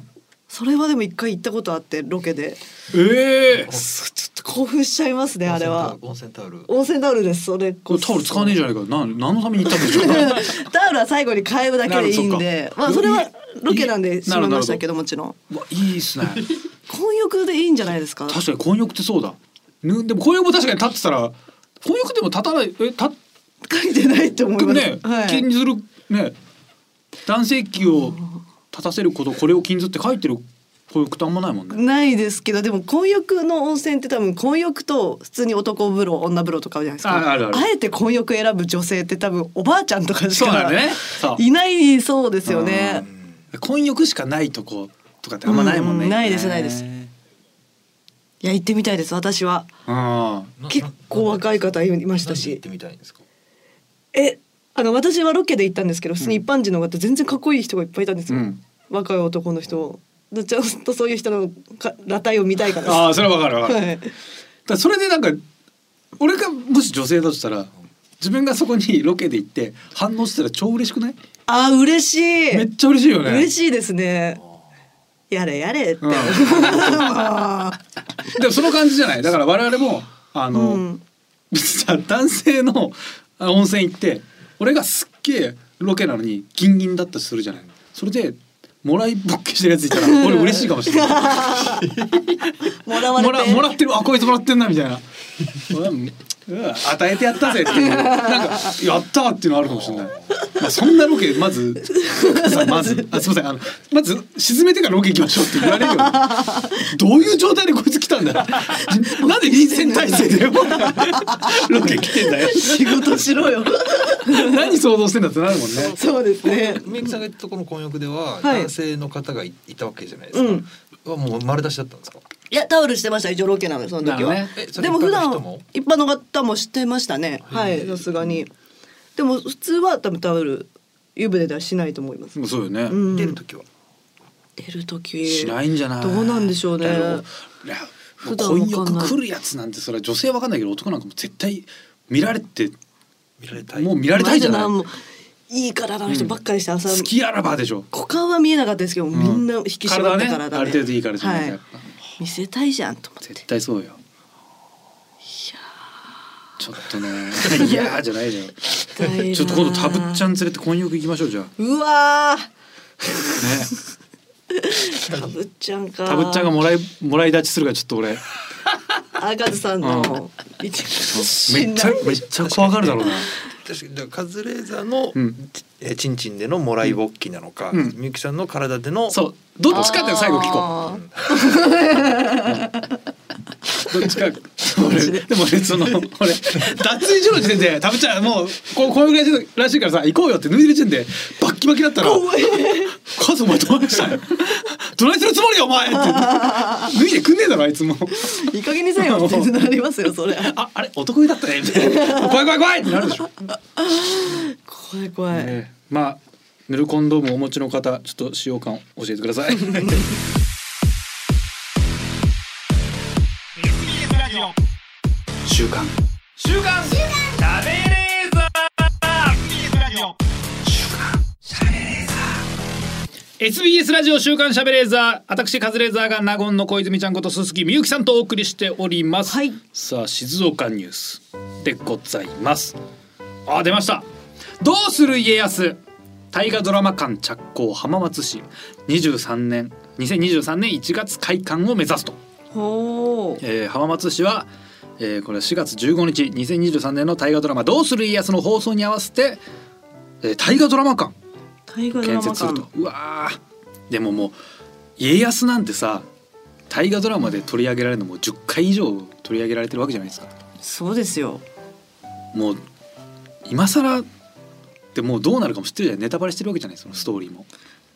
[SPEAKER 4] それはでも一回行ったことあってロケで
[SPEAKER 3] ええ
[SPEAKER 4] すちょっと興奮しちゃいますねあれは
[SPEAKER 5] 温泉タオル温泉タ
[SPEAKER 4] 温泉タ
[SPEAKER 5] オル
[SPEAKER 4] オルですそれ
[SPEAKER 3] これタオル使わねえじゃないかなん何のために行ったんでしょう
[SPEAKER 4] タオルは最後に変えるだけでいいん
[SPEAKER 3] なる
[SPEAKER 4] で
[SPEAKER 3] ほど
[SPEAKER 4] まあそれ
[SPEAKER 3] い
[SPEAKER 4] はいロケなん
[SPEAKER 3] いい
[SPEAKER 4] でしまいましたけどもちろん
[SPEAKER 3] うわいいですね
[SPEAKER 4] 混浴でいいんじゃないですか
[SPEAKER 3] 確かに混浴ってそうだぬでも混浴も確かに立ってたら混浴でも立たないえ立っ
[SPEAKER 4] 書いてないと思
[SPEAKER 3] て
[SPEAKER 4] い
[SPEAKER 3] も
[SPEAKER 4] ます
[SPEAKER 3] ね、
[SPEAKER 4] はい
[SPEAKER 3] 禁ずるね男性器を立たせることこれを禁ずって書いてる混浴ってあんまないもんね
[SPEAKER 4] ないですけどでも混浴の温泉って多分混浴と普通に男風呂女風呂とかあるじゃないですか
[SPEAKER 3] ああるある
[SPEAKER 4] えて混浴選ぶ女性って多分おばあちゃんとかし
[SPEAKER 3] そうだ
[SPEAKER 4] か、
[SPEAKER 3] ねそう
[SPEAKER 4] いないそうですよね
[SPEAKER 3] 混浴しかないとことかってあんまないもんね、
[SPEAKER 4] うんないですないですいや行ってみたいです私は
[SPEAKER 3] あ
[SPEAKER 5] な
[SPEAKER 4] 結構若い方いました
[SPEAKER 5] なんで行
[SPEAKER 4] し
[SPEAKER 5] っ
[SPEAKER 4] て
[SPEAKER 5] みたいんですか
[SPEAKER 4] えあの私はロケで行ったんですけど普通に一般人の方全然かっこいい人がいっぱいいたんですよ、
[SPEAKER 3] うん
[SPEAKER 4] 若い男の人でちょっとそういう人のか裸体を見たいからです
[SPEAKER 3] あーそれはわかるわかる、
[SPEAKER 4] はい
[SPEAKER 3] だからそれでなんか俺がもし女性だとしたら自分がそこにロケで行って反応したら超嬉しくない
[SPEAKER 4] あー嬉しい
[SPEAKER 3] めっちゃ嬉しいよね
[SPEAKER 4] 嬉しいですね。やれやれって。
[SPEAKER 3] うん でもその感じじゃないだから我々もあ
[SPEAKER 4] う
[SPEAKER 3] の、
[SPEAKER 4] ん、
[SPEAKER 3] 別に 男性のあ温泉行って俺がすっげえロケなのにギンギンだったりするじゃないそれでもらいぼっけしてるやついたら俺嬉しいかもしれない
[SPEAKER 4] もらわれ
[SPEAKER 3] も
[SPEAKER 4] て
[SPEAKER 3] らも らってるあこいつもらってんなみたいなうんうん与えてやったぜっていう なんかやったーっていうのあるかもしれない、まあ、そんなロケまず さまずあすいませんあのまず沈めてからロケ行きましょうって言われるよねどういう状態でこいつ来たんだ よなんで臨戦態勢 でロケ来てんだよ
[SPEAKER 4] 仕事しろよ。
[SPEAKER 3] 何想像してんだってなるもんね。
[SPEAKER 4] そうですね。
[SPEAKER 5] みゆきさんが言ったとこの混浴では、
[SPEAKER 4] はい
[SPEAKER 5] 男性の方がいいたわけじゃないですか、はもう丸出しだったんですか
[SPEAKER 4] いやタオルしてました一応ロケなのでその時は。
[SPEAKER 3] なるほど
[SPEAKER 5] ねえそれ
[SPEAKER 4] でも普
[SPEAKER 5] 一般の人
[SPEAKER 4] 段
[SPEAKER 5] も
[SPEAKER 4] 一般の方もしてましたね。はいさすがに。でも普通は多分タオル湯船ではしないと思います。
[SPEAKER 3] もうそうよね。
[SPEAKER 4] うん、
[SPEAKER 5] 出る時は、
[SPEAKER 4] 出る時
[SPEAKER 3] しないんじゃない。
[SPEAKER 4] どうなんでしょうね
[SPEAKER 3] だけどいや
[SPEAKER 4] 普段
[SPEAKER 3] 婚
[SPEAKER 4] わかんない
[SPEAKER 3] 欲来るやつなんてそれは女性わかんないけど男なんかも絶対見られて
[SPEAKER 5] 見られたい
[SPEAKER 3] もう見られたいじゃない。
[SPEAKER 4] マジもういい体の人ばっかりして朝、
[SPEAKER 3] 好きあらばでしょ。
[SPEAKER 4] 股間は見えなかったですけど、みんな引き締まった体で、
[SPEAKER 3] 体はねある程度いいからじゃない
[SPEAKER 4] はい、見せたいじゃんと思って
[SPEAKER 3] 絶対そうよ。いやちょっとね。い やーじゃないじゃん。ちょっと今度タブっちゃん連れて婚浴行きましょうじゃあ。ね。
[SPEAKER 4] うわータブっちゃんか
[SPEAKER 3] タブっちゃんがもらいもらい立ちするからちょっと 俺めっ
[SPEAKER 4] 赤津さんの一信
[SPEAKER 3] ちゃ
[SPEAKER 4] 頼
[SPEAKER 3] めっちゃ怖がるだろうな。
[SPEAKER 5] 確かにだからカズレーザーの、
[SPEAKER 3] うん
[SPEAKER 5] えー、チンチンでのもらいぼっきなのか、
[SPEAKER 3] うん
[SPEAKER 5] みゆきさんの体での
[SPEAKER 3] そうどっちかって最後聞こう。 どっちか。俺でも俺その俺脱衣所の時点で食べちゃうもうここういうぐらいらしいからさ行こうよって脱いでる時点でバッキバキだったら「カズお前どないしたんやどないするつもりよお前」って脱いでくんねえだろあいつも。
[SPEAKER 4] いい加減にせよってなりますよ それ
[SPEAKER 3] ああれお得意だったねみたいな怖い怖い怖いってなるでしょ。
[SPEAKER 4] 怖い怖い、
[SPEAKER 3] えーまあヌルコンドームをお持ちの方ちょっと使用感教えてください。
[SPEAKER 1] 週刊
[SPEAKER 2] 週刊しゃべれーザー
[SPEAKER 3] SBS ラジオ週刊しゃべレーザー私カズレーザーが納言の小泉ちゃんこと鈴木みゆきさんとお送りしております、
[SPEAKER 4] はい
[SPEAKER 3] さあ静岡ニュースでございますあ出ましたどうする家康大河ドラマ館着工浜松市23年2023年1月開館を目指すと
[SPEAKER 4] ほおー
[SPEAKER 3] えー浜松市は、えーこれは4月15日2023年の大河ドラマ「どうする家康」の放送に合わせて、えー大河ドラマ館
[SPEAKER 4] 大河ドラ
[SPEAKER 3] 建設
[SPEAKER 4] マ
[SPEAKER 3] する
[SPEAKER 4] 館
[SPEAKER 3] とうわーでももう家康なんてさ大河ドラマで取り上げられるのもう10回以上取り上げられてるわけじゃないですか
[SPEAKER 4] そうですよ
[SPEAKER 3] もう今更ってもうどうなるかも知ってるじゃんネタバレしてるわけじゃないですかストーリーも。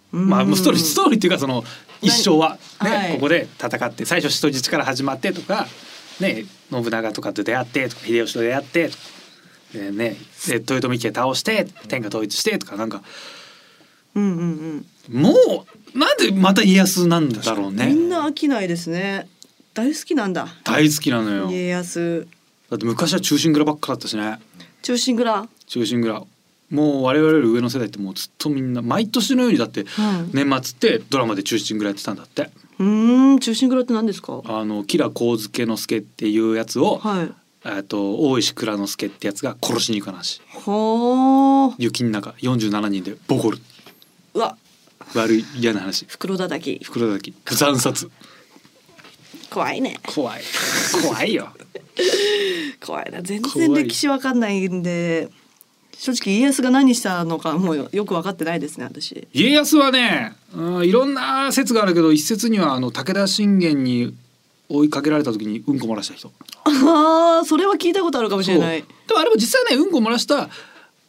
[SPEAKER 3] まあ、もうストーリーストーリーっていうかその一生は、ね
[SPEAKER 4] はい
[SPEAKER 3] ここで戦って最初人質から始まってとか、ね、信長とかと出会ってとか秀吉と出会ってとか、えーね、で豊臣家倒して天下統一してとかなんか
[SPEAKER 4] ーうんうんうん
[SPEAKER 3] もうなんでまた家康なんだろう
[SPEAKER 4] みん
[SPEAKER 3] ね
[SPEAKER 4] な飽きないですね大好きなんだ
[SPEAKER 3] 大好きなのよ
[SPEAKER 4] 家康
[SPEAKER 3] だって昔は忠臣蔵ばっかだったしね
[SPEAKER 4] 中心蔵
[SPEAKER 3] 忠臣蔵もう我々より上の世代ってもうずっとみんな毎年のようにだって
[SPEAKER 4] はい
[SPEAKER 3] 年末ってドラマで忠臣蔵やってたんだって
[SPEAKER 4] うーん中心蔵って何ですか
[SPEAKER 3] あの吉良上野介っていうやつを
[SPEAKER 4] はい
[SPEAKER 3] えっと大石蔵之介ってやつが殺しに行く話
[SPEAKER 4] ほー
[SPEAKER 3] 雪の中47人でボコる
[SPEAKER 4] うわ
[SPEAKER 3] 悪い嫌な話
[SPEAKER 4] 袋叩き
[SPEAKER 3] 袋叩き惨殺
[SPEAKER 4] 怖いね
[SPEAKER 3] 怖い怖いよ
[SPEAKER 4] 怖いな全然
[SPEAKER 3] 怖い
[SPEAKER 4] 歴史わかんないんで正直家康が何したのかもうよく分かってないですね 私
[SPEAKER 3] 家康はね、うん、いろんな説があるけど一説にはあの武田信玄に追いかけられた時にうんこ漏らした人
[SPEAKER 4] ああそれは聞いたことあるかもしれない
[SPEAKER 3] そうでもあれも実際ねうんこ漏らした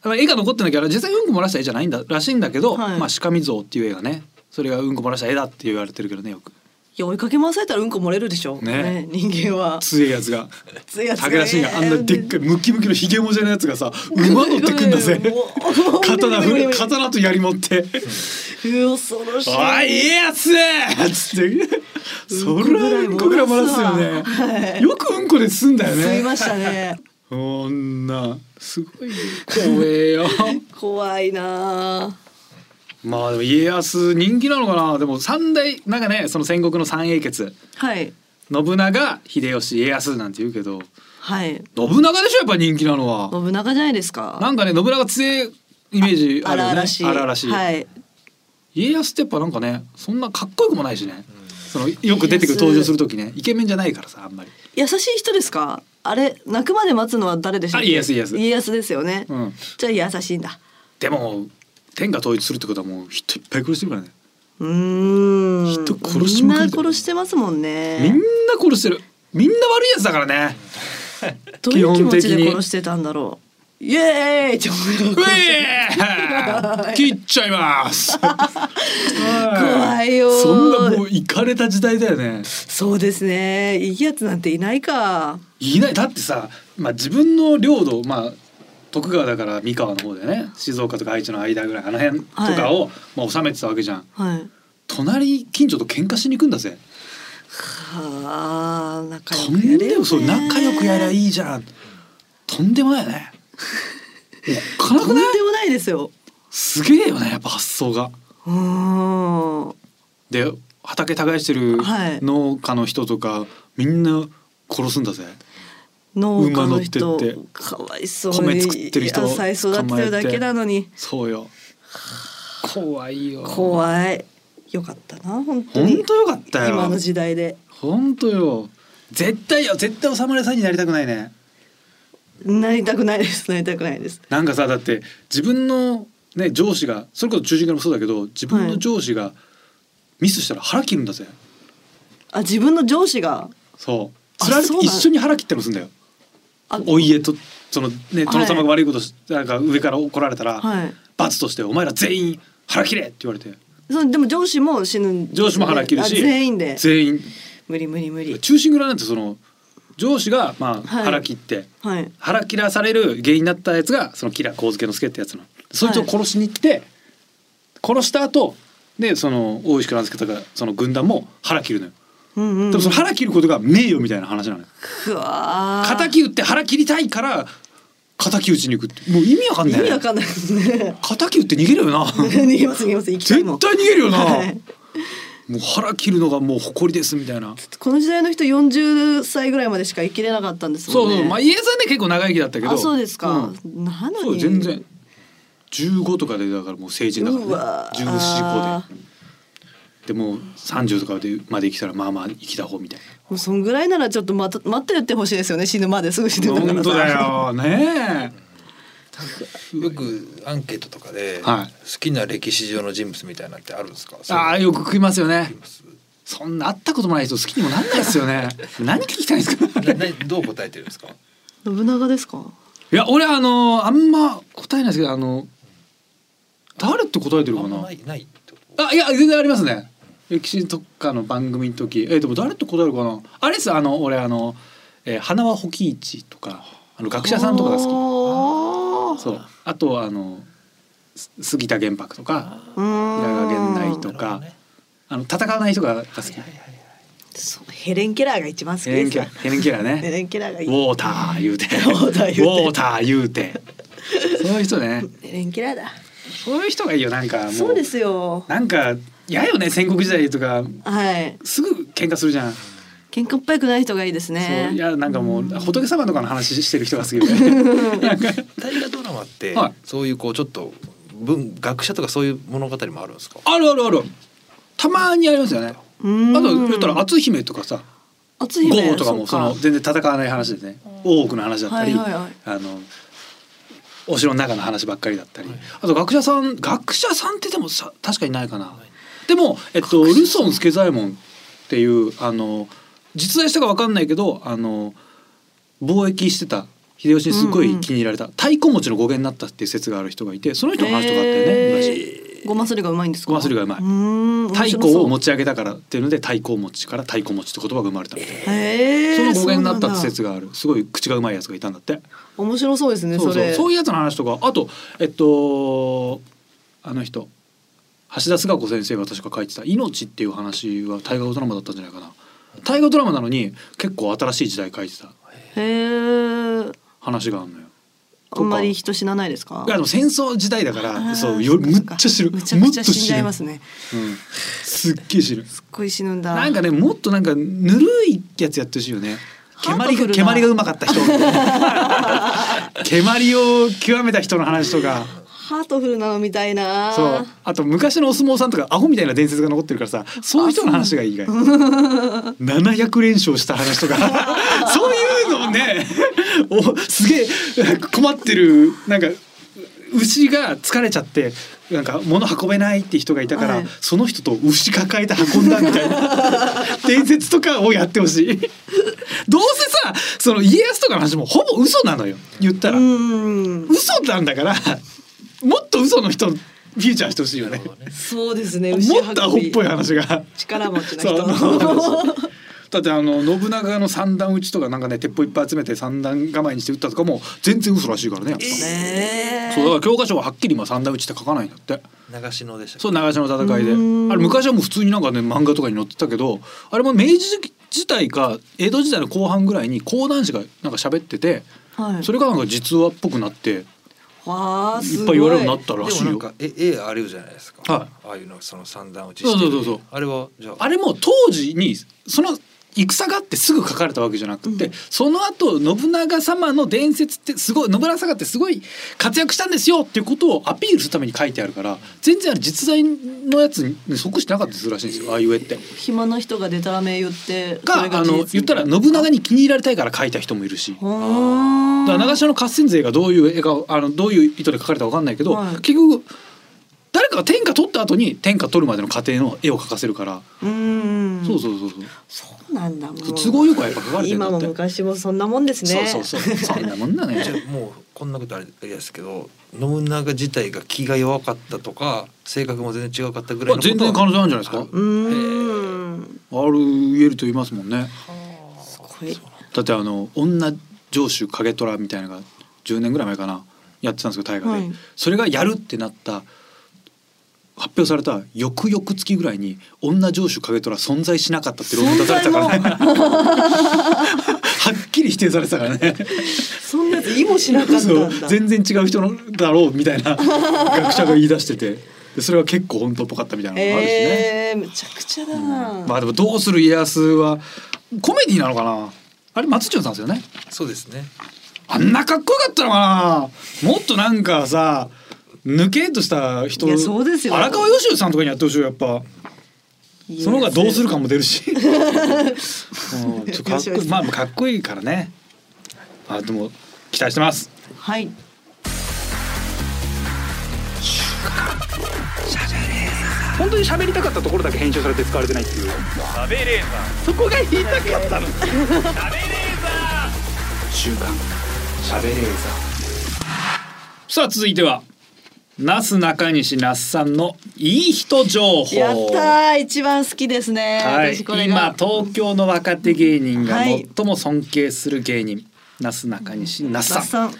[SPEAKER 3] あの絵が残ってなきゃ実際うんこ漏らした絵じゃないんだらしいんだけど、
[SPEAKER 4] はい
[SPEAKER 3] まあ鹿見像っていう絵がねそれがうんこ漏らした絵だって言われてるけどねよく
[SPEAKER 4] いや追いかけ回されたらうんこ漏れるでしょ
[SPEAKER 3] ね
[SPEAKER 4] 人間は
[SPEAKER 3] 強いやつが
[SPEAKER 4] 強いやつがね
[SPEAKER 3] 武田信玄あんなでっかいムキムキのひげもじゃのやつがさ馬乗ってくんだぜ
[SPEAKER 4] うわ
[SPEAKER 3] 刀振る刀と槍持って
[SPEAKER 4] うわ恐
[SPEAKER 3] 「
[SPEAKER 4] ろしい
[SPEAKER 3] おい家康!」っつってそりゃうんこぐらい漏らすよね、
[SPEAKER 4] はい
[SPEAKER 3] よくうんこで済んだよね
[SPEAKER 4] 吸いましたね
[SPEAKER 3] そんなすごい怖えよ
[SPEAKER 4] 怖いなあ
[SPEAKER 3] まあでも家康人気なのかなでも三大なんかねその戦国の三英傑
[SPEAKER 4] はい
[SPEAKER 3] 信長秀吉家康なんて言うけど
[SPEAKER 4] はい
[SPEAKER 3] 信長でしょやっぱ人気なのは
[SPEAKER 4] 信長じゃないですか
[SPEAKER 3] なんかね信長強いイメージあるよね
[SPEAKER 4] 荒々しい
[SPEAKER 3] 荒々しい
[SPEAKER 4] はい
[SPEAKER 3] 家康ってやっぱなんかねそんなかっこよくもないしねそのよく出てくる登場する時ねイケメンじゃないからさあんまり
[SPEAKER 4] 優しい人ですかあれ泣くまで待つのは誰でしたっけ
[SPEAKER 3] あ家康家康
[SPEAKER 4] 家康ですよね、
[SPEAKER 3] うん
[SPEAKER 4] じゃあ優しいんだ
[SPEAKER 3] でも天下統一するってことはもう人いっぱい殺してるからね
[SPEAKER 4] うーん
[SPEAKER 3] 人殺しまくり
[SPEAKER 4] みん
[SPEAKER 3] だ
[SPEAKER 4] な
[SPEAKER 3] よ
[SPEAKER 4] 殺してますもん
[SPEAKER 3] みんな
[SPEAKER 4] ね
[SPEAKER 3] 殺してるみんな悪いやつだからね
[SPEAKER 4] どういう
[SPEAKER 3] 基
[SPEAKER 4] 気持ち
[SPEAKER 3] 本的
[SPEAKER 4] で
[SPEAKER 3] に
[SPEAKER 4] 殺してたんだろうイエーイって思う
[SPEAKER 3] うえー切っちゃいます怖
[SPEAKER 4] 怖いよー
[SPEAKER 3] そんなもういかれた時代だよね
[SPEAKER 4] そうですねいいやつなんていないか
[SPEAKER 3] いないだってさ、まあ、自分の領土、まあ、徳川だから三河の方でね静岡とか愛知の間ぐらいあの辺とかを、まあ、収めてたわけじゃん
[SPEAKER 4] はい
[SPEAKER 3] 隣近所と喧嘩しに行くんだぜ
[SPEAKER 4] はあ仲
[SPEAKER 3] と
[SPEAKER 4] 良く
[SPEAKER 3] ん
[SPEAKER 4] や
[SPEAKER 3] で
[SPEAKER 4] れ
[SPEAKER 3] も
[SPEAKER 4] よ
[SPEAKER 3] そう仲良くやりゃ
[SPEAKER 4] い
[SPEAKER 3] いいじゃんとんでもないよ ねおっかな
[SPEAKER 4] と
[SPEAKER 3] く
[SPEAKER 4] ん
[SPEAKER 3] ない
[SPEAKER 4] でもないですよ
[SPEAKER 3] すげえよねやっぱ発想が
[SPEAKER 4] うーん
[SPEAKER 3] で畑耕してる
[SPEAKER 4] はい
[SPEAKER 3] 農家の人とか、みんな殺すんだぜ
[SPEAKER 4] 農家の
[SPEAKER 3] 馬乗
[SPEAKER 4] 人
[SPEAKER 3] ってって
[SPEAKER 4] かわいそうに
[SPEAKER 3] 米作ってる人
[SPEAKER 4] 野菜育ててるだけなのに
[SPEAKER 3] そうよ怖いよ
[SPEAKER 4] 怖いよかったな本当
[SPEAKER 3] 本
[SPEAKER 4] に
[SPEAKER 3] 当よかったよ
[SPEAKER 4] 今の時代で
[SPEAKER 3] 本当よ絶対よ絶対お侍さんになりたくないね
[SPEAKER 4] なりたくないですなりたくないです
[SPEAKER 3] なんかさだって自分のね上司がそれこそ中心からもそうだけど自分
[SPEAKER 4] は
[SPEAKER 3] の
[SPEAKER 4] い
[SPEAKER 3] 上司がミスしたら腹切るんだぜ、
[SPEAKER 4] あ自分の上司が
[SPEAKER 3] そう
[SPEAKER 4] あ
[SPEAKER 3] それあれ
[SPEAKER 4] そうなの
[SPEAKER 3] 一緒に腹切ってもすんだよ
[SPEAKER 4] あ
[SPEAKER 3] お家とそのね殿様が悪いことし、なんか上から怒られたら、
[SPEAKER 4] はい
[SPEAKER 3] 罰としてお前ら全員腹切れって言われて
[SPEAKER 4] そのでも上司も死ぬんですね
[SPEAKER 3] 上司も腹切るし
[SPEAKER 4] あ全員で
[SPEAKER 3] 全員
[SPEAKER 4] 無理無理無理
[SPEAKER 3] 中心蔵なんてその上司がまあ
[SPEAKER 4] はい
[SPEAKER 3] 腹切って、
[SPEAKER 4] はい
[SPEAKER 3] 腹切らされる原因になったやつがその吉良上野介ってやつなのそいつを殺しに行って、殺した後でその大石蔵之介とかその軍団も腹切るのよ、
[SPEAKER 4] うんうん
[SPEAKER 3] でもその腹切ることが名誉みたいな話なのよ
[SPEAKER 4] くわー
[SPEAKER 3] 敵打って腹切りたいから敵打ちに行くってもう意味わかん
[SPEAKER 4] 意
[SPEAKER 3] ない
[SPEAKER 4] 味わ
[SPEAKER 3] ね
[SPEAKER 4] かんないですね
[SPEAKER 3] 敵打って逃げるよな
[SPEAKER 4] 逃げます逃げます行きた
[SPEAKER 3] 絶
[SPEAKER 4] い
[SPEAKER 3] 対
[SPEAKER 4] もん
[SPEAKER 3] 逃げるよな、
[SPEAKER 4] はい
[SPEAKER 3] もう腹切るのがもう誇りですみたいな
[SPEAKER 4] この時代の人40歳ぐらいまでしか生きれなかったんです
[SPEAKER 3] そ
[SPEAKER 4] もん
[SPEAKER 3] う
[SPEAKER 4] ね
[SPEAKER 3] そうまあ家康はね結構長生きだったけど
[SPEAKER 4] あそうですか
[SPEAKER 3] ん、
[SPEAKER 4] なの
[SPEAKER 3] そう
[SPEAKER 4] に
[SPEAKER 3] 全然15とかでだからもう成人だ
[SPEAKER 4] う
[SPEAKER 3] か
[SPEAKER 4] わ
[SPEAKER 3] らね1 4 5で。でも30とかでまで生きたらまあまあ生きた方みたいな。
[SPEAKER 4] もうそんぐらいならちょっと待た待ってやってほしいですよね死ぬまですぐ死ぬんだから
[SPEAKER 3] 本当
[SPEAKER 4] さ
[SPEAKER 3] だよね
[SPEAKER 5] よくアンケートとかで、
[SPEAKER 3] はい
[SPEAKER 5] 好きな歴史上の人物みたいなのってあるんですか
[SPEAKER 3] え。ああよく食いますよね。
[SPEAKER 5] す
[SPEAKER 3] そんな会ったこともない人好きにもなんないですよ ね。何聞きたいんですか。
[SPEAKER 5] ななどう答えてるんですか
[SPEAKER 4] 信長ですか
[SPEAKER 3] いや俺あのあんま答えないですけどあの誰って答えてる
[SPEAKER 5] あ
[SPEAKER 3] か
[SPEAKER 5] んま
[SPEAKER 3] な
[SPEAKER 5] な。いないってこと
[SPEAKER 3] あいや全然ありますね。歴史とかの番組の時えでも誰って答えるかな。あれですあの俺あの、えー花は保木市とかあの学者さんとかが好
[SPEAKER 4] 好
[SPEAKER 3] き。そうあとあのす杉田玄白とか
[SPEAKER 4] うーん
[SPEAKER 3] 平賀源内と
[SPEAKER 5] なるほど
[SPEAKER 3] か、
[SPEAKER 5] ね
[SPEAKER 3] あの戦わない人がが好き。
[SPEAKER 4] そうヘレン・ケラーが一番好き
[SPEAKER 3] ヘレ
[SPEAKER 4] で
[SPEAKER 3] ン
[SPEAKER 4] す
[SPEAKER 3] ケラーヘレンケラー
[SPEAKER 4] ヘ
[SPEAKER 3] ね。
[SPEAKER 4] レン・ケラーがい
[SPEAKER 3] ウ
[SPEAKER 4] い
[SPEAKER 3] ォーター言うて。ウ
[SPEAKER 4] ォーター言う
[SPEAKER 3] ウ
[SPEAKER 4] て
[SPEAKER 3] ォーター言うて。そういう人ね。
[SPEAKER 4] ヘレン・ケラーだ
[SPEAKER 3] そういう人がいいよなんかもう。
[SPEAKER 4] そうですよ
[SPEAKER 3] なんか嫌よね戦国時代とか
[SPEAKER 4] はい
[SPEAKER 3] すぐ喧嘩するじゃん。
[SPEAKER 4] 喧嘩っぽくない人がいいです
[SPEAKER 3] そうい
[SPEAKER 4] ね
[SPEAKER 3] やなんかもう仏様とかの話してる人が好きで、なんか
[SPEAKER 5] 大河ドラマって、
[SPEAKER 3] はい
[SPEAKER 5] そういうこうちょっと文学者とかそういう物語もあるんですか
[SPEAKER 3] あるあるあるたまにありますよね。
[SPEAKER 4] うーん
[SPEAKER 3] あと言ったら篤姫とかさ
[SPEAKER 4] 篤
[SPEAKER 3] 豪
[SPEAKER 4] 姫
[SPEAKER 3] とかもその
[SPEAKER 4] う
[SPEAKER 3] 全然戦わない話でね大奥の話だったり、
[SPEAKER 4] はいはいはい
[SPEAKER 3] あのお城の中の話ばっかりだったり、あと学者さん学者さんってでもさ確かにないかな、でも、えっと、ルソン助左衛門っていうあの実在したか分かんないけどあの貿易してた秀吉にすごい気に入られた、太鼓持ちの語源になったっていう説がある人がいてその人の話とかあったよね、昔。
[SPEAKER 4] えーごますりがうまいんですか
[SPEAKER 3] ごますりがうまい
[SPEAKER 4] ーん
[SPEAKER 3] 太鼓を
[SPEAKER 4] 面白
[SPEAKER 3] 持ち上げたからっていうので太鼓持ちから太鼓持ちって言葉が生まれたみたいな。
[SPEAKER 4] そうへ
[SPEAKER 3] その
[SPEAKER 4] ー
[SPEAKER 3] 語源になったって
[SPEAKER 4] そ
[SPEAKER 3] 説があるすごい口がうまいやつがいたんだって
[SPEAKER 4] うなんだ面白そうですね
[SPEAKER 3] そう
[SPEAKER 4] そ
[SPEAKER 3] そう
[SPEAKER 4] れ
[SPEAKER 3] そういうやつの話とかあとえっとあの人橋田壽賀子先生が確か書いてた「命」っていう話は大河ドラマだったんじゃないかな大河ドラマなのに結構新しい時代書いてた
[SPEAKER 4] へー
[SPEAKER 3] 話があるのよ
[SPEAKER 4] あんまり人死なないですか
[SPEAKER 3] いやでも戦争時代だか
[SPEAKER 4] あ
[SPEAKER 3] ら
[SPEAKER 4] ー
[SPEAKER 3] そうよむっちゃ知る
[SPEAKER 4] むちゃくちゃ死んじゃい
[SPEAKER 3] も
[SPEAKER 4] ま
[SPEAKER 3] っと
[SPEAKER 4] すね
[SPEAKER 3] 知るうん、すっげえ知る
[SPEAKER 4] すっごい死ぬんだ
[SPEAKER 3] なんかねもっとなんかぬるいやつやってほしいよね。蹴
[SPEAKER 4] ハート
[SPEAKER 3] ま
[SPEAKER 4] フル
[SPEAKER 3] り
[SPEAKER 4] な
[SPEAKER 3] が蹴まりがうまかった人 蹴まりを極めた人の話とか
[SPEAKER 4] ハートフルなのみたいな
[SPEAKER 3] そうあと昔のお相撲さんとかアホみたいな伝説が残ってるからさそういう人の話がいいがい700連勝した話とか そういうのをね おすげえ困ってるなんか牛が疲れちゃってなんか物運べないって人がいたから、
[SPEAKER 4] はい
[SPEAKER 3] その人と牛抱えて運んだみたい な伝説とかをやってほしいどうせさその家康とかの話もほぼ嘘なのよ言ったら。
[SPEAKER 4] うん
[SPEAKER 3] 嘘なんだからもっと嘘の人フィーチャーしてほしいよね。
[SPEAKER 4] そうですね牛
[SPEAKER 3] もっとアホっぽい
[SPEAKER 4] 運び
[SPEAKER 3] 話が。
[SPEAKER 4] 力持ちの
[SPEAKER 3] そう
[SPEAKER 4] 人
[SPEAKER 3] あのだってあの信長の三段打ちとかなんかね鉄砲いっぱい集めて三段構えにして打ったとかも全然嘘らしいからね。やっぱ
[SPEAKER 4] ねえ
[SPEAKER 3] そうだから教科書ははっきり今三段打ちって書かないんだって。
[SPEAKER 5] 長篠でした
[SPEAKER 3] そ
[SPEAKER 5] っ
[SPEAKER 3] う長篠の戦いで。
[SPEAKER 4] うん
[SPEAKER 3] あれ昔はもう普通になんかね漫画とかに載ってたけど、あれも明治時代か江戸時代の後半ぐらいに講談師がなんか喋ってて、
[SPEAKER 4] はい
[SPEAKER 3] それがなんか実話っぽくなって
[SPEAKER 4] わあ
[SPEAKER 3] い
[SPEAKER 4] す
[SPEAKER 3] っ
[SPEAKER 4] ご
[SPEAKER 3] ぱ
[SPEAKER 4] い
[SPEAKER 3] い言われるようになった
[SPEAKER 5] け
[SPEAKER 3] ら
[SPEAKER 5] で
[SPEAKER 3] し
[SPEAKER 5] も
[SPEAKER 3] い
[SPEAKER 5] な
[SPEAKER 3] よ
[SPEAKER 5] ん。か絵絵あるじゃないですか、
[SPEAKER 3] はい
[SPEAKER 5] ああいうのその三段打ちして
[SPEAKER 3] そ
[SPEAKER 5] る
[SPEAKER 3] うそうそうそう
[SPEAKER 5] あれはじゃあ
[SPEAKER 3] あれも当時にその戦があってすぐ書かれたわけじゃなくて、その後信長様の伝説ってすごい信長様ってすごい活躍したんですよっていうことをアピールするために書いてあるから全然あれ実在のやつに即してなかったりするらしいんですよああいう絵って。
[SPEAKER 4] 暇な人がデタラメ言って
[SPEAKER 3] があの言ったら信長に気に入られたいから書いた人もいるし。だから長
[SPEAKER 4] 長
[SPEAKER 3] 篠の合戦勢がどういう絵かあのどういう意図で描かれたかわかんないけど、
[SPEAKER 4] はい
[SPEAKER 3] 結局誰かが天下取った後に天下取るまでの過程の絵を描かせるから、
[SPEAKER 4] うん
[SPEAKER 3] そうそうそうそう
[SPEAKER 4] そうなんだもう
[SPEAKER 3] 都合よくはやっぱ書かれてるんだ
[SPEAKER 4] 今
[SPEAKER 3] って
[SPEAKER 4] も昔もそんなもんですね
[SPEAKER 3] そうそうそうそんなもんなのよ
[SPEAKER 5] じゃあもうこんなことあれですけど信長自体が気が弱かったとか性格も全然違かったぐらいのこと
[SPEAKER 3] 全然可能性あるんじゃないですか
[SPEAKER 4] うーん
[SPEAKER 3] ある言えると言いますもんね
[SPEAKER 4] すごい
[SPEAKER 3] だってあの女上州影虎みたいなのが10年ぐらい前かなやってたんですけど大河で、
[SPEAKER 4] はい
[SPEAKER 3] それがやるってなった発表された翌々月ぐらいに女上州影虎存在しなかったって論文出されてたからねはっきり否定されてたからね
[SPEAKER 4] そんなやつ意もしなかったん
[SPEAKER 3] そう
[SPEAKER 4] だ
[SPEAKER 3] 全然違う人のだろうみたいな学者が言い出しててでそれは結構本当っぽかったみたいなのもあるしね。
[SPEAKER 4] えー、むちゃくちゃだな、
[SPEAKER 3] まあでも「どうする家康」はコメディなのかなあれ松潤さんですよね
[SPEAKER 5] そうですね
[SPEAKER 3] あんなかっこよかったのかなもっとなんかさ抜けとした人
[SPEAKER 4] いやそうですよ
[SPEAKER 3] 荒川よしさんとかにやってほしいよやっぱその方がどうするかも出るし、うん、ちょっとかっこいいまあかっこいいからねあでも期待してます
[SPEAKER 4] はい
[SPEAKER 6] 本当に喋りたかったところだけ編集されて使われてないっていう
[SPEAKER 2] 喋れーさ
[SPEAKER 6] そこが言いたかったの
[SPEAKER 2] 喋れーさ
[SPEAKER 1] 週刊しゃべれー
[SPEAKER 3] さあ続いてはなすなかにし那須さんのいい人情報
[SPEAKER 4] やったー一番好きですね、
[SPEAKER 3] はい、
[SPEAKER 4] 私これが
[SPEAKER 3] 今東京の若手芸人が
[SPEAKER 4] はい
[SPEAKER 3] 最も尊敬する芸人、なすなかにし那須さ
[SPEAKER 4] 那
[SPEAKER 3] ん
[SPEAKER 4] 須さん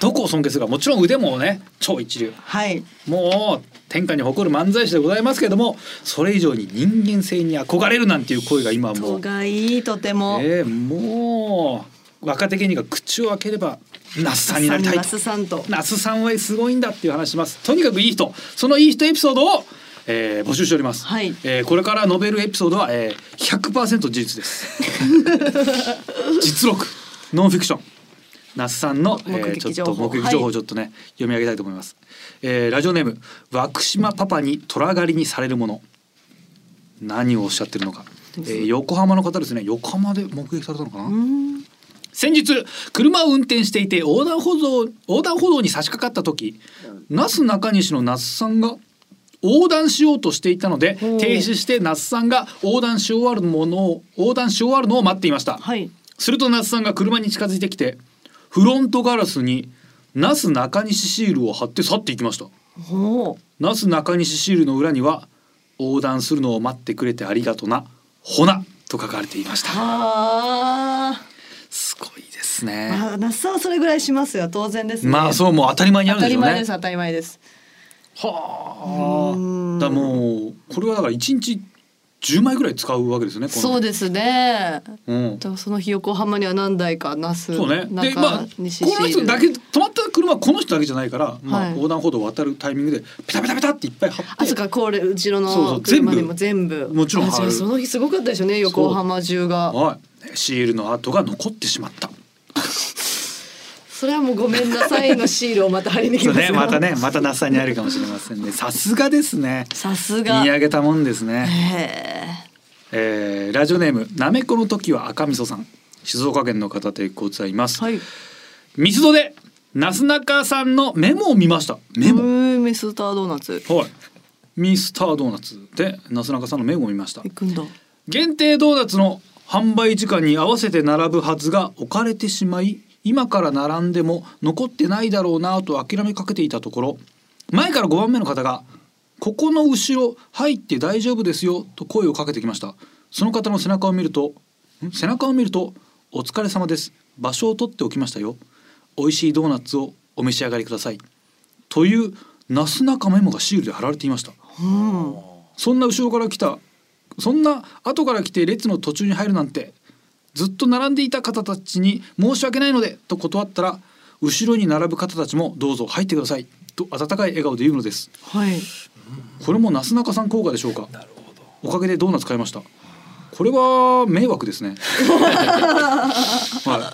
[SPEAKER 3] どこを尊敬するかもちろん腕もね超一流
[SPEAKER 4] はい
[SPEAKER 3] もう天下に誇る漫才師でございますけれどもそれ以上に人間性に憧れるなんていう声が今はも
[SPEAKER 4] 人
[SPEAKER 3] う
[SPEAKER 4] がいいとても、
[SPEAKER 3] えー、もう若手芸人が口を開ければ那須さんになりたい
[SPEAKER 4] 那
[SPEAKER 3] と
[SPEAKER 4] 須さんと
[SPEAKER 3] 那須さんはすごいんだっていう話しますとにかくいい人そのいい人エピソードを、えー募集しております、
[SPEAKER 4] はい
[SPEAKER 3] えーこれから述べるエピソードは、えー、100%事実です 実録ノンフィクション那須さんの、え
[SPEAKER 4] 目
[SPEAKER 3] ー、
[SPEAKER 4] 撃
[SPEAKER 3] ち
[SPEAKER 4] 情
[SPEAKER 3] ょっと
[SPEAKER 4] 報
[SPEAKER 3] 目撃情報
[SPEAKER 4] は
[SPEAKER 3] を
[SPEAKER 4] い
[SPEAKER 3] ちょっとね、読み上げたいと思います、えーラジオネーム枠島パパに虎狩りにされるもの何をおっしゃってるのか、えー横浜の方ですね横浜で目撃されたのかな、
[SPEAKER 4] うん
[SPEAKER 3] 先日車を運転していて横断歩道横断歩道に差し掛かった時那須中西の那須さんが横断しようとしていたので
[SPEAKER 4] おー
[SPEAKER 3] 停止して那須さんが横断し終わるものを横断し終わるのを待っていました、
[SPEAKER 4] はい
[SPEAKER 3] すると那須さんが車に近づいてきてフロントガラスに那須中西シールを貼って去っていきました
[SPEAKER 4] おー
[SPEAKER 3] 那須中西シールの裏には横断するのを待ってくれてありがとなほなと書かれていました
[SPEAKER 4] あ
[SPEAKER 3] すごいです
[SPEAKER 4] ー、
[SPEAKER 3] ね
[SPEAKER 4] まあ那須さんはそれぐらいしますよ当然ですね
[SPEAKER 3] まあそうもう当たり前にある
[SPEAKER 4] 当
[SPEAKER 3] ん
[SPEAKER 4] た
[SPEAKER 3] でし
[SPEAKER 4] り
[SPEAKER 3] ょう
[SPEAKER 4] 前で
[SPEAKER 3] ね
[SPEAKER 4] す。当たり前です
[SPEAKER 3] は
[SPEAKER 4] うー
[SPEAKER 3] あ。
[SPEAKER 4] ん
[SPEAKER 3] だからもうこれはだから一日十枚ぐらい使うわけですよね。この
[SPEAKER 4] そうですね
[SPEAKER 3] うん。
[SPEAKER 4] とその日横浜には何台か那須
[SPEAKER 3] そうね。でまあ
[SPEAKER 4] 中
[SPEAKER 3] この
[SPEAKER 4] 西シール
[SPEAKER 3] 人だけ止まった車はこの人だけじゃないから、まあ
[SPEAKER 4] はい
[SPEAKER 3] 横断歩道を渡るタイミングでペタペタペタっていっぱい貼
[SPEAKER 4] あ
[SPEAKER 3] っ
[SPEAKER 4] そ
[SPEAKER 3] て
[SPEAKER 4] う。かこれ後ろ
[SPEAKER 3] そうそ
[SPEAKER 4] の
[SPEAKER 3] う全部
[SPEAKER 4] 車でも全部
[SPEAKER 3] もちろん
[SPEAKER 4] あじゃあ
[SPEAKER 3] ある
[SPEAKER 4] その日すごかったでしょうね横浜中が
[SPEAKER 3] はい。シールの跡が残ってしまった。
[SPEAKER 4] それはもうごめんなさいのシールをまた貼りに来ますよ
[SPEAKER 3] ねまた那須さんにあるかもしれませんね。 さすがですね。
[SPEAKER 4] さすが
[SPEAKER 3] 見上げたもんですね。
[SPEAKER 4] へ
[SPEAKER 3] えーラジオネームなめこの時は赤味噌さん静岡県の方でございます、
[SPEAKER 4] ーはい
[SPEAKER 3] ミスドでなすなかさんのメモを見ましたメモ、
[SPEAKER 4] うんミスタードーナツ
[SPEAKER 3] はいミスタードーナツでなすなかさんのメモを見ました
[SPEAKER 4] 行くんだ
[SPEAKER 3] 限定ドーナツの販売時間に合わせて並ぶはずが置かれてしまい今から並んでも残ってないだろうなと諦めかけていたところ前から5番目の方が「ここの後ろ入って大丈夫ですよ」と声をかけてきましたその方の背中を見るとん背中を見ると「お疲れ様です場所を取っておきましたよ美味しいドーナツをお召し上がりください」というなすなかメモがシールで貼られていました
[SPEAKER 4] うん
[SPEAKER 3] そんな後ろから来たそんな後から来て列の途中に入るなんてずっと並んでいた方たちに申し訳ないのでと断ったら後ろに並ぶ方たちもどうぞ入ってくださいと温かい笑顔で言うのです
[SPEAKER 4] はい
[SPEAKER 3] これもなすなかさん効果でしょうかおかげでドーナツ買いましたこれは迷惑です ねは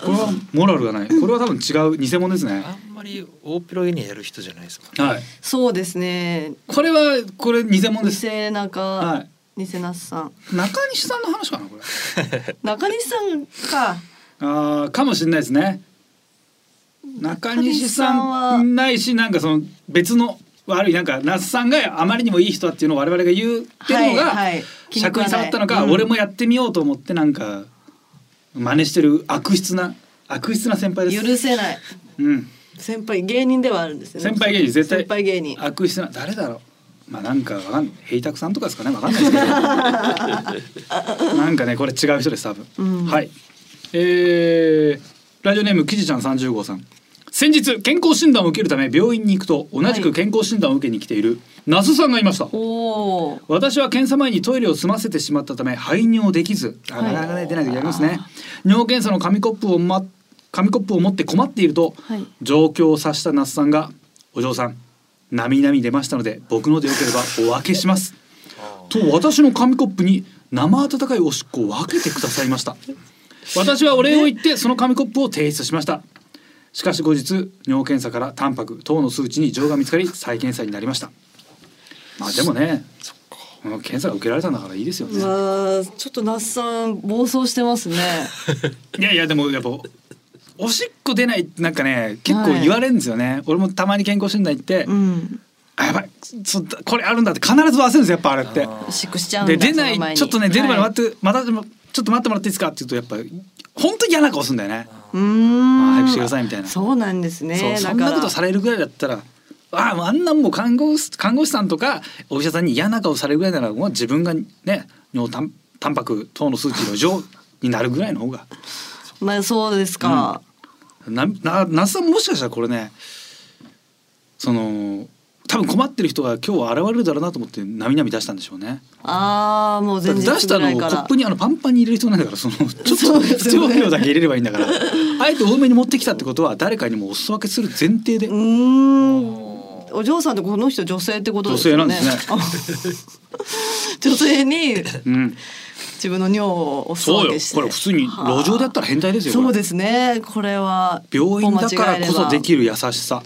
[SPEAKER 3] い、これはモラルがないこれは多分違う偽物ですね
[SPEAKER 5] あんまり大ピロにはやる人じゃないですもんね
[SPEAKER 3] はい
[SPEAKER 4] そうですね
[SPEAKER 3] これはこれ偽物です
[SPEAKER 4] 偽中、
[SPEAKER 3] は
[SPEAKER 4] 偽那須さん
[SPEAKER 3] 中西さんの話かなこれ
[SPEAKER 4] 中西さんか
[SPEAKER 3] ああかもしれないですね。中西さ
[SPEAKER 4] 中西さんは
[SPEAKER 3] んないしなんかその別の悪いなんか那須さんがあまりにもいい人だっていうのを我々が言ってるのが、
[SPEAKER 4] はいはい気に
[SPEAKER 3] 尺
[SPEAKER 4] 食わ
[SPEAKER 3] に
[SPEAKER 4] ない
[SPEAKER 3] 触ったのか、
[SPEAKER 4] うん
[SPEAKER 3] 俺もやってみようと思ってなんか真似してる悪質な悪質な先輩です。
[SPEAKER 4] 許せない
[SPEAKER 3] うん、
[SPEAKER 4] 先輩芸人ではあるんですよね
[SPEAKER 3] 先輩芸人絶対
[SPEAKER 4] 先輩芸人
[SPEAKER 3] 悪質な誰だろう。まあなんかわかんない平卓さんとかですかねわかんないですけど なんかねこれ違う人です多分、
[SPEAKER 4] うん
[SPEAKER 3] はいえーラジオネームきじちゃん30号さん先日健康診断を受けるため病院に行くと同じく健康診断を受けに来ている那須さんがいました、
[SPEAKER 4] おお
[SPEAKER 3] 私は検査前にトイレを済ませてしまったため排尿できずあ
[SPEAKER 4] はい
[SPEAKER 3] なかなかね出ない時ありますね尿検査の紙コップを、ま、紙コップを持って困っていると、
[SPEAKER 4] はい
[SPEAKER 3] 状況を察した那須さんが「お嬢さんなみなみ出ましたので僕のでよければお分けします」と私の紙コップに生温かいおしっこを分けてくださいました私はお礼を言ってその紙コップを提出しましたしかし後日尿検査からタンパク糖の数値に異常が見つかり再検査になりましたまあでもねうん検査が受けられたんだからいいですよね、
[SPEAKER 4] まあちょっと那須さん暴走してますね。
[SPEAKER 3] いやいやでもやっぱおしっこ出ないってなんかね結構言われるんですよね、俺もたまに健康診断行って、
[SPEAKER 4] うん。
[SPEAKER 3] あやばいそこれあるんだって必ず忘れるんですよやっぱあれって
[SPEAKER 4] おしっこしちゃうんだ。
[SPEAKER 3] で出な
[SPEAKER 4] その前
[SPEAKER 3] い
[SPEAKER 4] に
[SPEAKER 3] ちょっとね出るまで
[SPEAKER 4] はい
[SPEAKER 3] 待って、またちょっと待ってもらっていいですかって言うとやっぱ本当に嫌な顔するんだよね
[SPEAKER 4] うーん。
[SPEAKER 3] あ早くしてくださいみたいな
[SPEAKER 4] そうなんですね。
[SPEAKER 3] そうそんなことさ
[SPEAKER 4] れ。
[SPEAKER 3] れるぐらいだったらああもうあんなんもう看護師看護師さんとかお医者さんに嫌な顔されるぐらいならもう自分がね尿タンタンパク等の数値の上になるぐらいの方が
[SPEAKER 4] まあそうですか。
[SPEAKER 3] なな那須さんもしかしたらこれねその多分困ってる人が今日は現れるだろうなと思ってなみなみ出したんでしょうね。
[SPEAKER 4] ああもう
[SPEAKER 3] だっ
[SPEAKER 4] 全
[SPEAKER 3] て
[SPEAKER 4] 然
[SPEAKER 3] 出したのをコップにあのパンパンに入れる人なんだから そのちょ
[SPEAKER 4] そ
[SPEAKER 3] っ
[SPEAKER 4] うで
[SPEAKER 3] と
[SPEAKER 4] すよ
[SPEAKER 3] 調
[SPEAKER 4] ね
[SPEAKER 3] 味料だけ入れればいいんだからあえて多めに持ってきたってことは誰かにもお裾分けする前提で
[SPEAKER 4] うーん。お嬢さんってこの人女性ってことですよね。
[SPEAKER 3] 女性なんです
[SPEAKER 4] ね。 女性に
[SPEAKER 3] うん、
[SPEAKER 4] 自分の尿をお裾
[SPEAKER 3] そう
[SPEAKER 4] 分
[SPEAKER 3] よ
[SPEAKER 4] けして。
[SPEAKER 3] これ普通に路上だったら変態ですよこれ
[SPEAKER 4] そうですね。これは
[SPEAKER 3] 病院だからこそでき
[SPEAKER 4] る。
[SPEAKER 3] る優しさ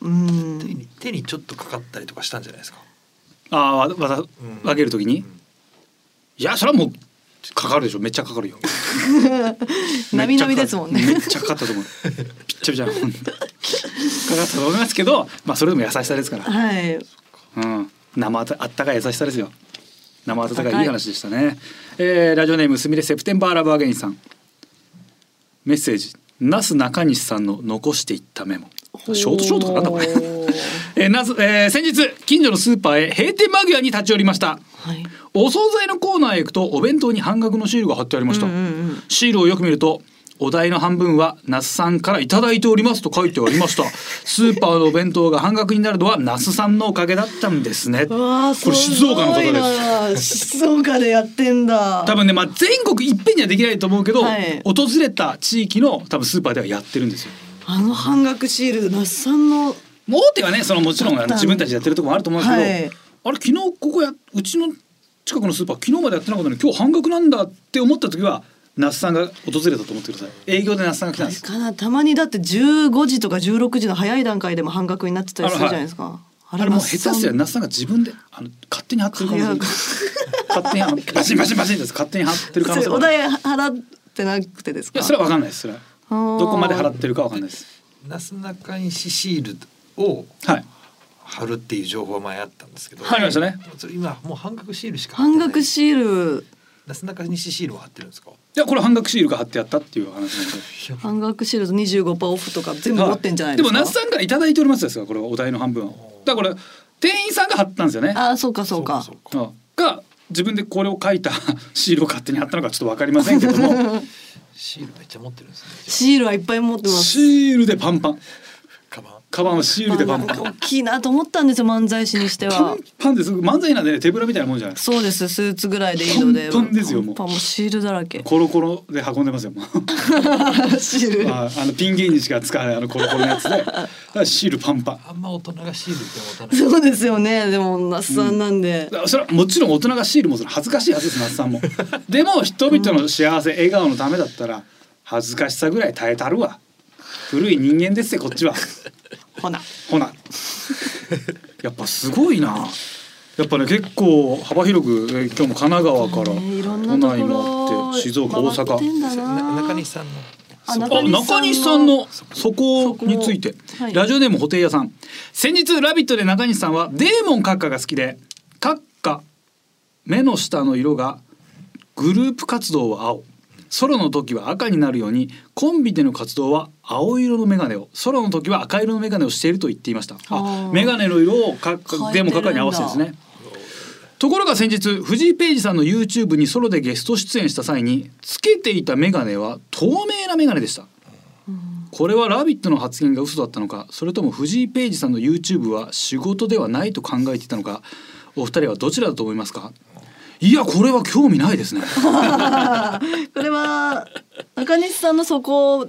[SPEAKER 4] うん。
[SPEAKER 5] 手に手にちょっとかかったりとかしたんじゃないですか。
[SPEAKER 3] ああわわた
[SPEAKER 5] ん
[SPEAKER 3] 分けるときに、いやそれはもうかかるでしょめっちゃかかる よ
[SPEAKER 4] なみなみですもんね
[SPEAKER 3] めっちゃかかったと思うピッチャピ チャなもんかかったと思いますけどまあそれでも優しさですから、
[SPEAKER 4] はい。
[SPEAKER 3] うん、生あたあったかい優しさですよ生温かいいい話でしたね、えー、ラジオネームすみれセプテンバーラブアゲインさんメッセージなすなかにしさんの残していったメモショートショートかなんだこれ
[SPEAKER 4] おー
[SPEAKER 3] えーなすえー先日近所のスーパーへ閉店間際に立ち寄りました
[SPEAKER 4] はい。
[SPEAKER 3] お惣菜のコーナーへ行くとお弁当に半額のシールが貼ってありました、シールをよく見るとお題の半分は那須さんからいただいておりますと書いてありま したスーパーのお弁当が半額になるのは那須さんのおかげだったんですね
[SPEAKER 4] うわあ、
[SPEAKER 3] これ静岡の方です
[SPEAKER 4] です。静岡でやってんだ。
[SPEAKER 3] 多分ね、まあ、全国いっぺんにはできないと思うけど、
[SPEAKER 4] はい
[SPEAKER 3] 訪れた地域の多分スーパーではやってるんですよ
[SPEAKER 4] あの半額シール、那須さんの。
[SPEAKER 3] もう大手はねそのもちろんあの
[SPEAKER 4] だったん
[SPEAKER 3] 自分たちでやってるとこもあると思うんですけど、
[SPEAKER 4] はい
[SPEAKER 3] あれ昨日ここやうちの近くのスーパー昨日までやってなかったのに今日半額なんだって思った時は那須さんが訪れたと思ってください営業で那須さんが来たんです
[SPEAKER 4] かな、たまにだって15時とか16時の早い段階でも半額になってたりするじゃないですか。
[SPEAKER 3] あれもう
[SPEAKER 4] 那須さ
[SPEAKER 3] 下
[SPEAKER 4] ん
[SPEAKER 3] 手すりゃ那須さんが自分であの勝手に貼ってる可能性勝手にあのバシンバシンバシンです勝手に貼ってる可能
[SPEAKER 4] そ
[SPEAKER 3] 性も
[SPEAKER 4] れお
[SPEAKER 3] あるい
[SPEAKER 4] 題払ってなくてですか。
[SPEAKER 3] やそれは分かんないですそれは
[SPEAKER 4] あー
[SPEAKER 3] どこまで払ってるか分かんないです
[SPEAKER 5] なすなかにしシールを
[SPEAKER 3] はい
[SPEAKER 5] 貼るっていう情報は前あったんですけど。
[SPEAKER 3] ありましたね。
[SPEAKER 5] それ今もう半額シールしか貼って
[SPEAKER 4] 半
[SPEAKER 5] ない。
[SPEAKER 4] 額シール、
[SPEAKER 5] なすなかにしシールを貼ってるんですか。
[SPEAKER 3] いやこれ半額シールが貼ってやったっていう話なんです
[SPEAKER 4] 半額シールと25%オフとか全部持ってんじゃない
[SPEAKER 3] で
[SPEAKER 4] で
[SPEAKER 3] も
[SPEAKER 4] すか。
[SPEAKER 3] 那須さんからいただいておりますですからこれはお題の半分はだからこれ店員さんが貼ったんですよね
[SPEAKER 4] ああ、そうか、そうか。
[SPEAKER 5] そうか
[SPEAKER 3] あが自分でこれを書いたシールを勝手に貼ったのかちょっと分かりませんけども
[SPEAKER 5] シールめっちゃ持ってるんですね。じゃ
[SPEAKER 4] シールはいっぱい持ってます。
[SPEAKER 3] シールでパンパン
[SPEAKER 5] あカバン。
[SPEAKER 3] カバンはシールでパンパン
[SPEAKER 4] 大きいなと思ったんですよ、漫才師にして
[SPEAKER 3] パ
[SPEAKER 4] は
[SPEAKER 3] ン。パンです漫才なんでね手ぶらみたいなもんじゃないです
[SPEAKER 4] そうですスーツぐらいでいいので
[SPEAKER 3] パンパンですよもう
[SPEAKER 4] パンパンもシールだらけ
[SPEAKER 3] コロコロで運んでますよもう
[SPEAKER 4] シー
[SPEAKER 3] ああのピン芸人しか使わないあのコロコロの やつでだからシールパンパン
[SPEAKER 5] あんま大人がシールって持たない。
[SPEAKER 4] そうですよねでも那須さんなんで、
[SPEAKER 3] だからそれはもちろん大人がシール持つの恥ずかしいはずです那須さんもでも人々の幸せ笑顔のためだったら恥ずかしさぐらい耐えたるわ古い人間ですよこっちは
[SPEAKER 4] ほな
[SPEAKER 3] ほなやっぱすごいなやっぱね結構幅広く、えー今日も神奈川から
[SPEAKER 4] ねいろん
[SPEAKER 3] 都
[SPEAKER 4] なとこ
[SPEAKER 3] 内もあっ
[SPEAKER 4] ろ
[SPEAKER 3] て静岡大
[SPEAKER 4] 回ってん
[SPEAKER 3] 阪
[SPEAKER 4] だ
[SPEAKER 5] な
[SPEAKER 4] な
[SPEAKER 5] 中西さんの。
[SPEAKER 4] あ
[SPEAKER 3] あ中西さんのそこについて、
[SPEAKER 4] そこはい
[SPEAKER 3] ラジオネーム布袋屋さん先日「ラビット!」で中西さんはデーモン閣下が好きで閣下目の下の色がグループ活動は青ソロの時は赤になるようにコンビでの活動は青色のメガネをソロの時は赤色のメガネをしていると言っていましたあ
[SPEAKER 4] あー
[SPEAKER 3] メガネの色を閣下デーモン閣下に合わせてです
[SPEAKER 4] 変えてる
[SPEAKER 3] ねところが先日藤井ページさんの YouTube にソロでゲスト出演した際につけていたメガネは透明なメガネでしたこれは「ラビット!」の発言が嘘だったのかそれとも藤井ページさんの YouTube は仕事ではないと考えていたのかお二人はどちらだと思いますかいやこれは興味ないですね
[SPEAKER 4] これは中西さんのそこ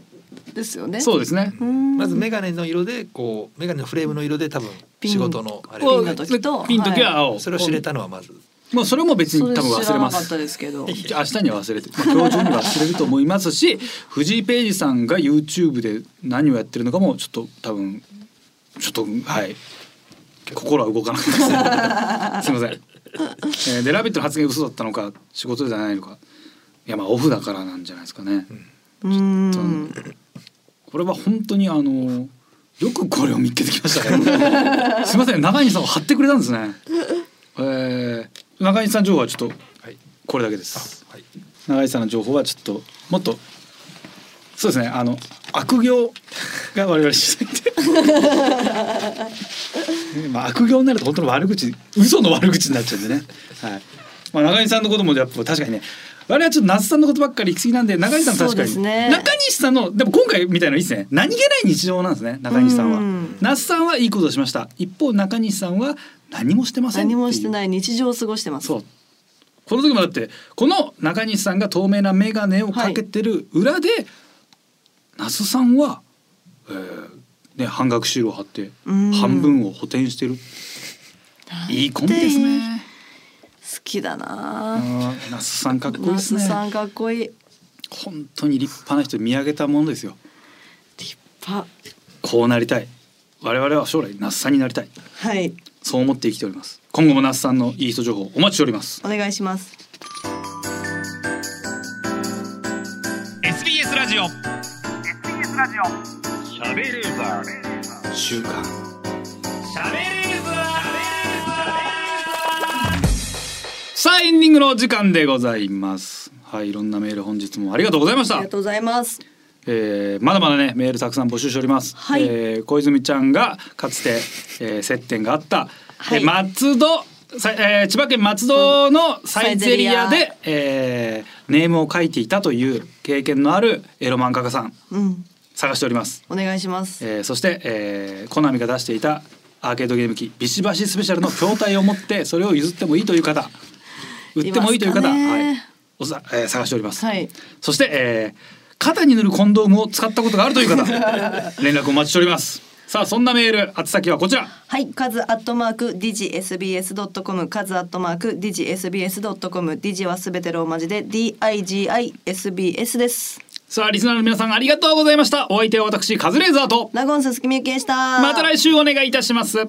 [SPEAKER 4] ですよね
[SPEAKER 3] そうですね
[SPEAKER 4] うーん
[SPEAKER 5] まずメガネの色でこうメガネのフレームの色で多分
[SPEAKER 4] ピン
[SPEAKER 5] 仕事のあれ
[SPEAKER 4] ピンの時と
[SPEAKER 3] ピンの時は青、
[SPEAKER 5] それを知れたのはまず
[SPEAKER 3] まあそれも別
[SPEAKER 4] そ
[SPEAKER 3] に
[SPEAKER 4] れ
[SPEAKER 3] 多分
[SPEAKER 4] 知
[SPEAKER 3] 忘れ
[SPEAKER 4] らな
[SPEAKER 3] ま
[SPEAKER 4] かっ
[SPEAKER 3] す
[SPEAKER 4] たですけど
[SPEAKER 3] 明日には忘れて、まあ、今日中には忘れると思いますし 藤井ページさんが YouTube で何をやってるのかもちょっと多分 ちょっとはい心は動かなかったですねすいませんえーで「ラビット!」の発言嘘だったのか仕事じゃないのかいやまあオフだからなんじゃないですかね。
[SPEAKER 4] うーん
[SPEAKER 3] これは本当にあのよくこれを見つけてきましたね。 すみません中西さんを張ってくれたんですね。えー、中西さん情報はちょっと
[SPEAKER 5] はい
[SPEAKER 3] これだけです。
[SPEAKER 5] はい
[SPEAKER 3] 中西さんの情報はちょっともっとそうですねあの悪行が我々主 催で、ねまあ悪行になると本当の悪口嘘の悪口になっちゃうんでね。はい。まあ中西さんのこともやっぱ確かにね。我々はちょっと夏さんのことばっかり行き過ぎなんで中西さん確か
[SPEAKER 4] そうで
[SPEAKER 3] に、
[SPEAKER 4] すね
[SPEAKER 3] 中西さんのでも今回みたいのいいですね何気ない日常なんですね中西さんは
[SPEAKER 4] うん
[SPEAKER 3] 那須さんはいいことをしました一方中西さんは何もしてませんってい
[SPEAKER 4] 何
[SPEAKER 3] う
[SPEAKER 4] もしてない日常を過ごしてます。
[SPEAKER 3] そう。この時もだってこの中西さんが透明な眼鏡をかけてる裏で、那須さんは、えーね、半額シールを貼って
[SPEAKER 4] うん
[SPEAKER 3] 半分を補填してるいいコンビですね。
[SPEAKER 4] 好きだ
[SPEAKER 3] あ
[SPEAKER 4] なあ。
[SPEAKER 3] ー那須さんかっこいい
[SPEAKER 4] ナ
[SPEAKER 3] です
[SPEAKER 4] ス
[SPEAKER 3] ね
[SPEAKER 4] さんかっこいい。
[SPEAKER 3] 本当に立派な人見上げたものですよ
[SPEAKER 4] 立派。
[SPEAKER 3] こうなりたい我々は将来那須さんになりたい
[SPEAKER 4] はい。
[SPEAKER 3] そう思って生きております今後も那須さんのいい人情報お待ちしております
[SPEAKER 4] お願いします。
[SPEAKER 2] SBS ラジオ
[SPEAKER 1] 週刊
[SPEAKER 2] しゃべれー
[SPEAKER 3] さあエンディングの時間でございますはいいろんなメール本日もありがとうございまし
[SPEAKER 4] あ
[SPEAKER 3] た
[SPEAKER 4] りがとうございます。
[SPEAKER 3] えーまだまだねメールたくさん募集しております、
[SPEAKER 4] はい
[SPEAKER 3] えー小泉ちゃんがかつて、えー接点があった、
[SPEAKER 4] はい
[SPEAKER 3] えー松戸さえー千葉県松戸のサイゼリア
[SPEAKER 4] サイゼリ
[SPEAKER 3] で、えーネームを書いていたという経験のあるエロ漫画家さん
[SPEAKER 4] うん。
[SPEAKER 3] 探しております、
[SPEAKER 4] お願いします。
[SPEAKER 3] えーそして、えーコナミが出していたアーケードゲーム機ビシバシスペシャルの筐体を持ってそれを譲ってもいいという方売ってもいいという方
[SPEAKER 4] いますかね
[SPEAKER 3] はいおさ、えー探しております、
[SPEAKER 4] はい。
[SPEAKER 3] そして、えー肩に塗るコンドームを使ったことがあるという方連絡お待ちしておりますさあそんなメール宛先はこちら
[SPEAKER 4] はい、カズアットマークディジ SBS ドットコム、カズアットマークディジ SBS ドットコム、ディジはすべてローマ字で D I G I S B S です。
[SPEAKER 3] さあリスナーの皆さんありがとうございましたお相手は私カズレーザーと
[SPEAKER 4] ナゴンススキミユキでした。
[SPEAKER 3] また来週お願いいたします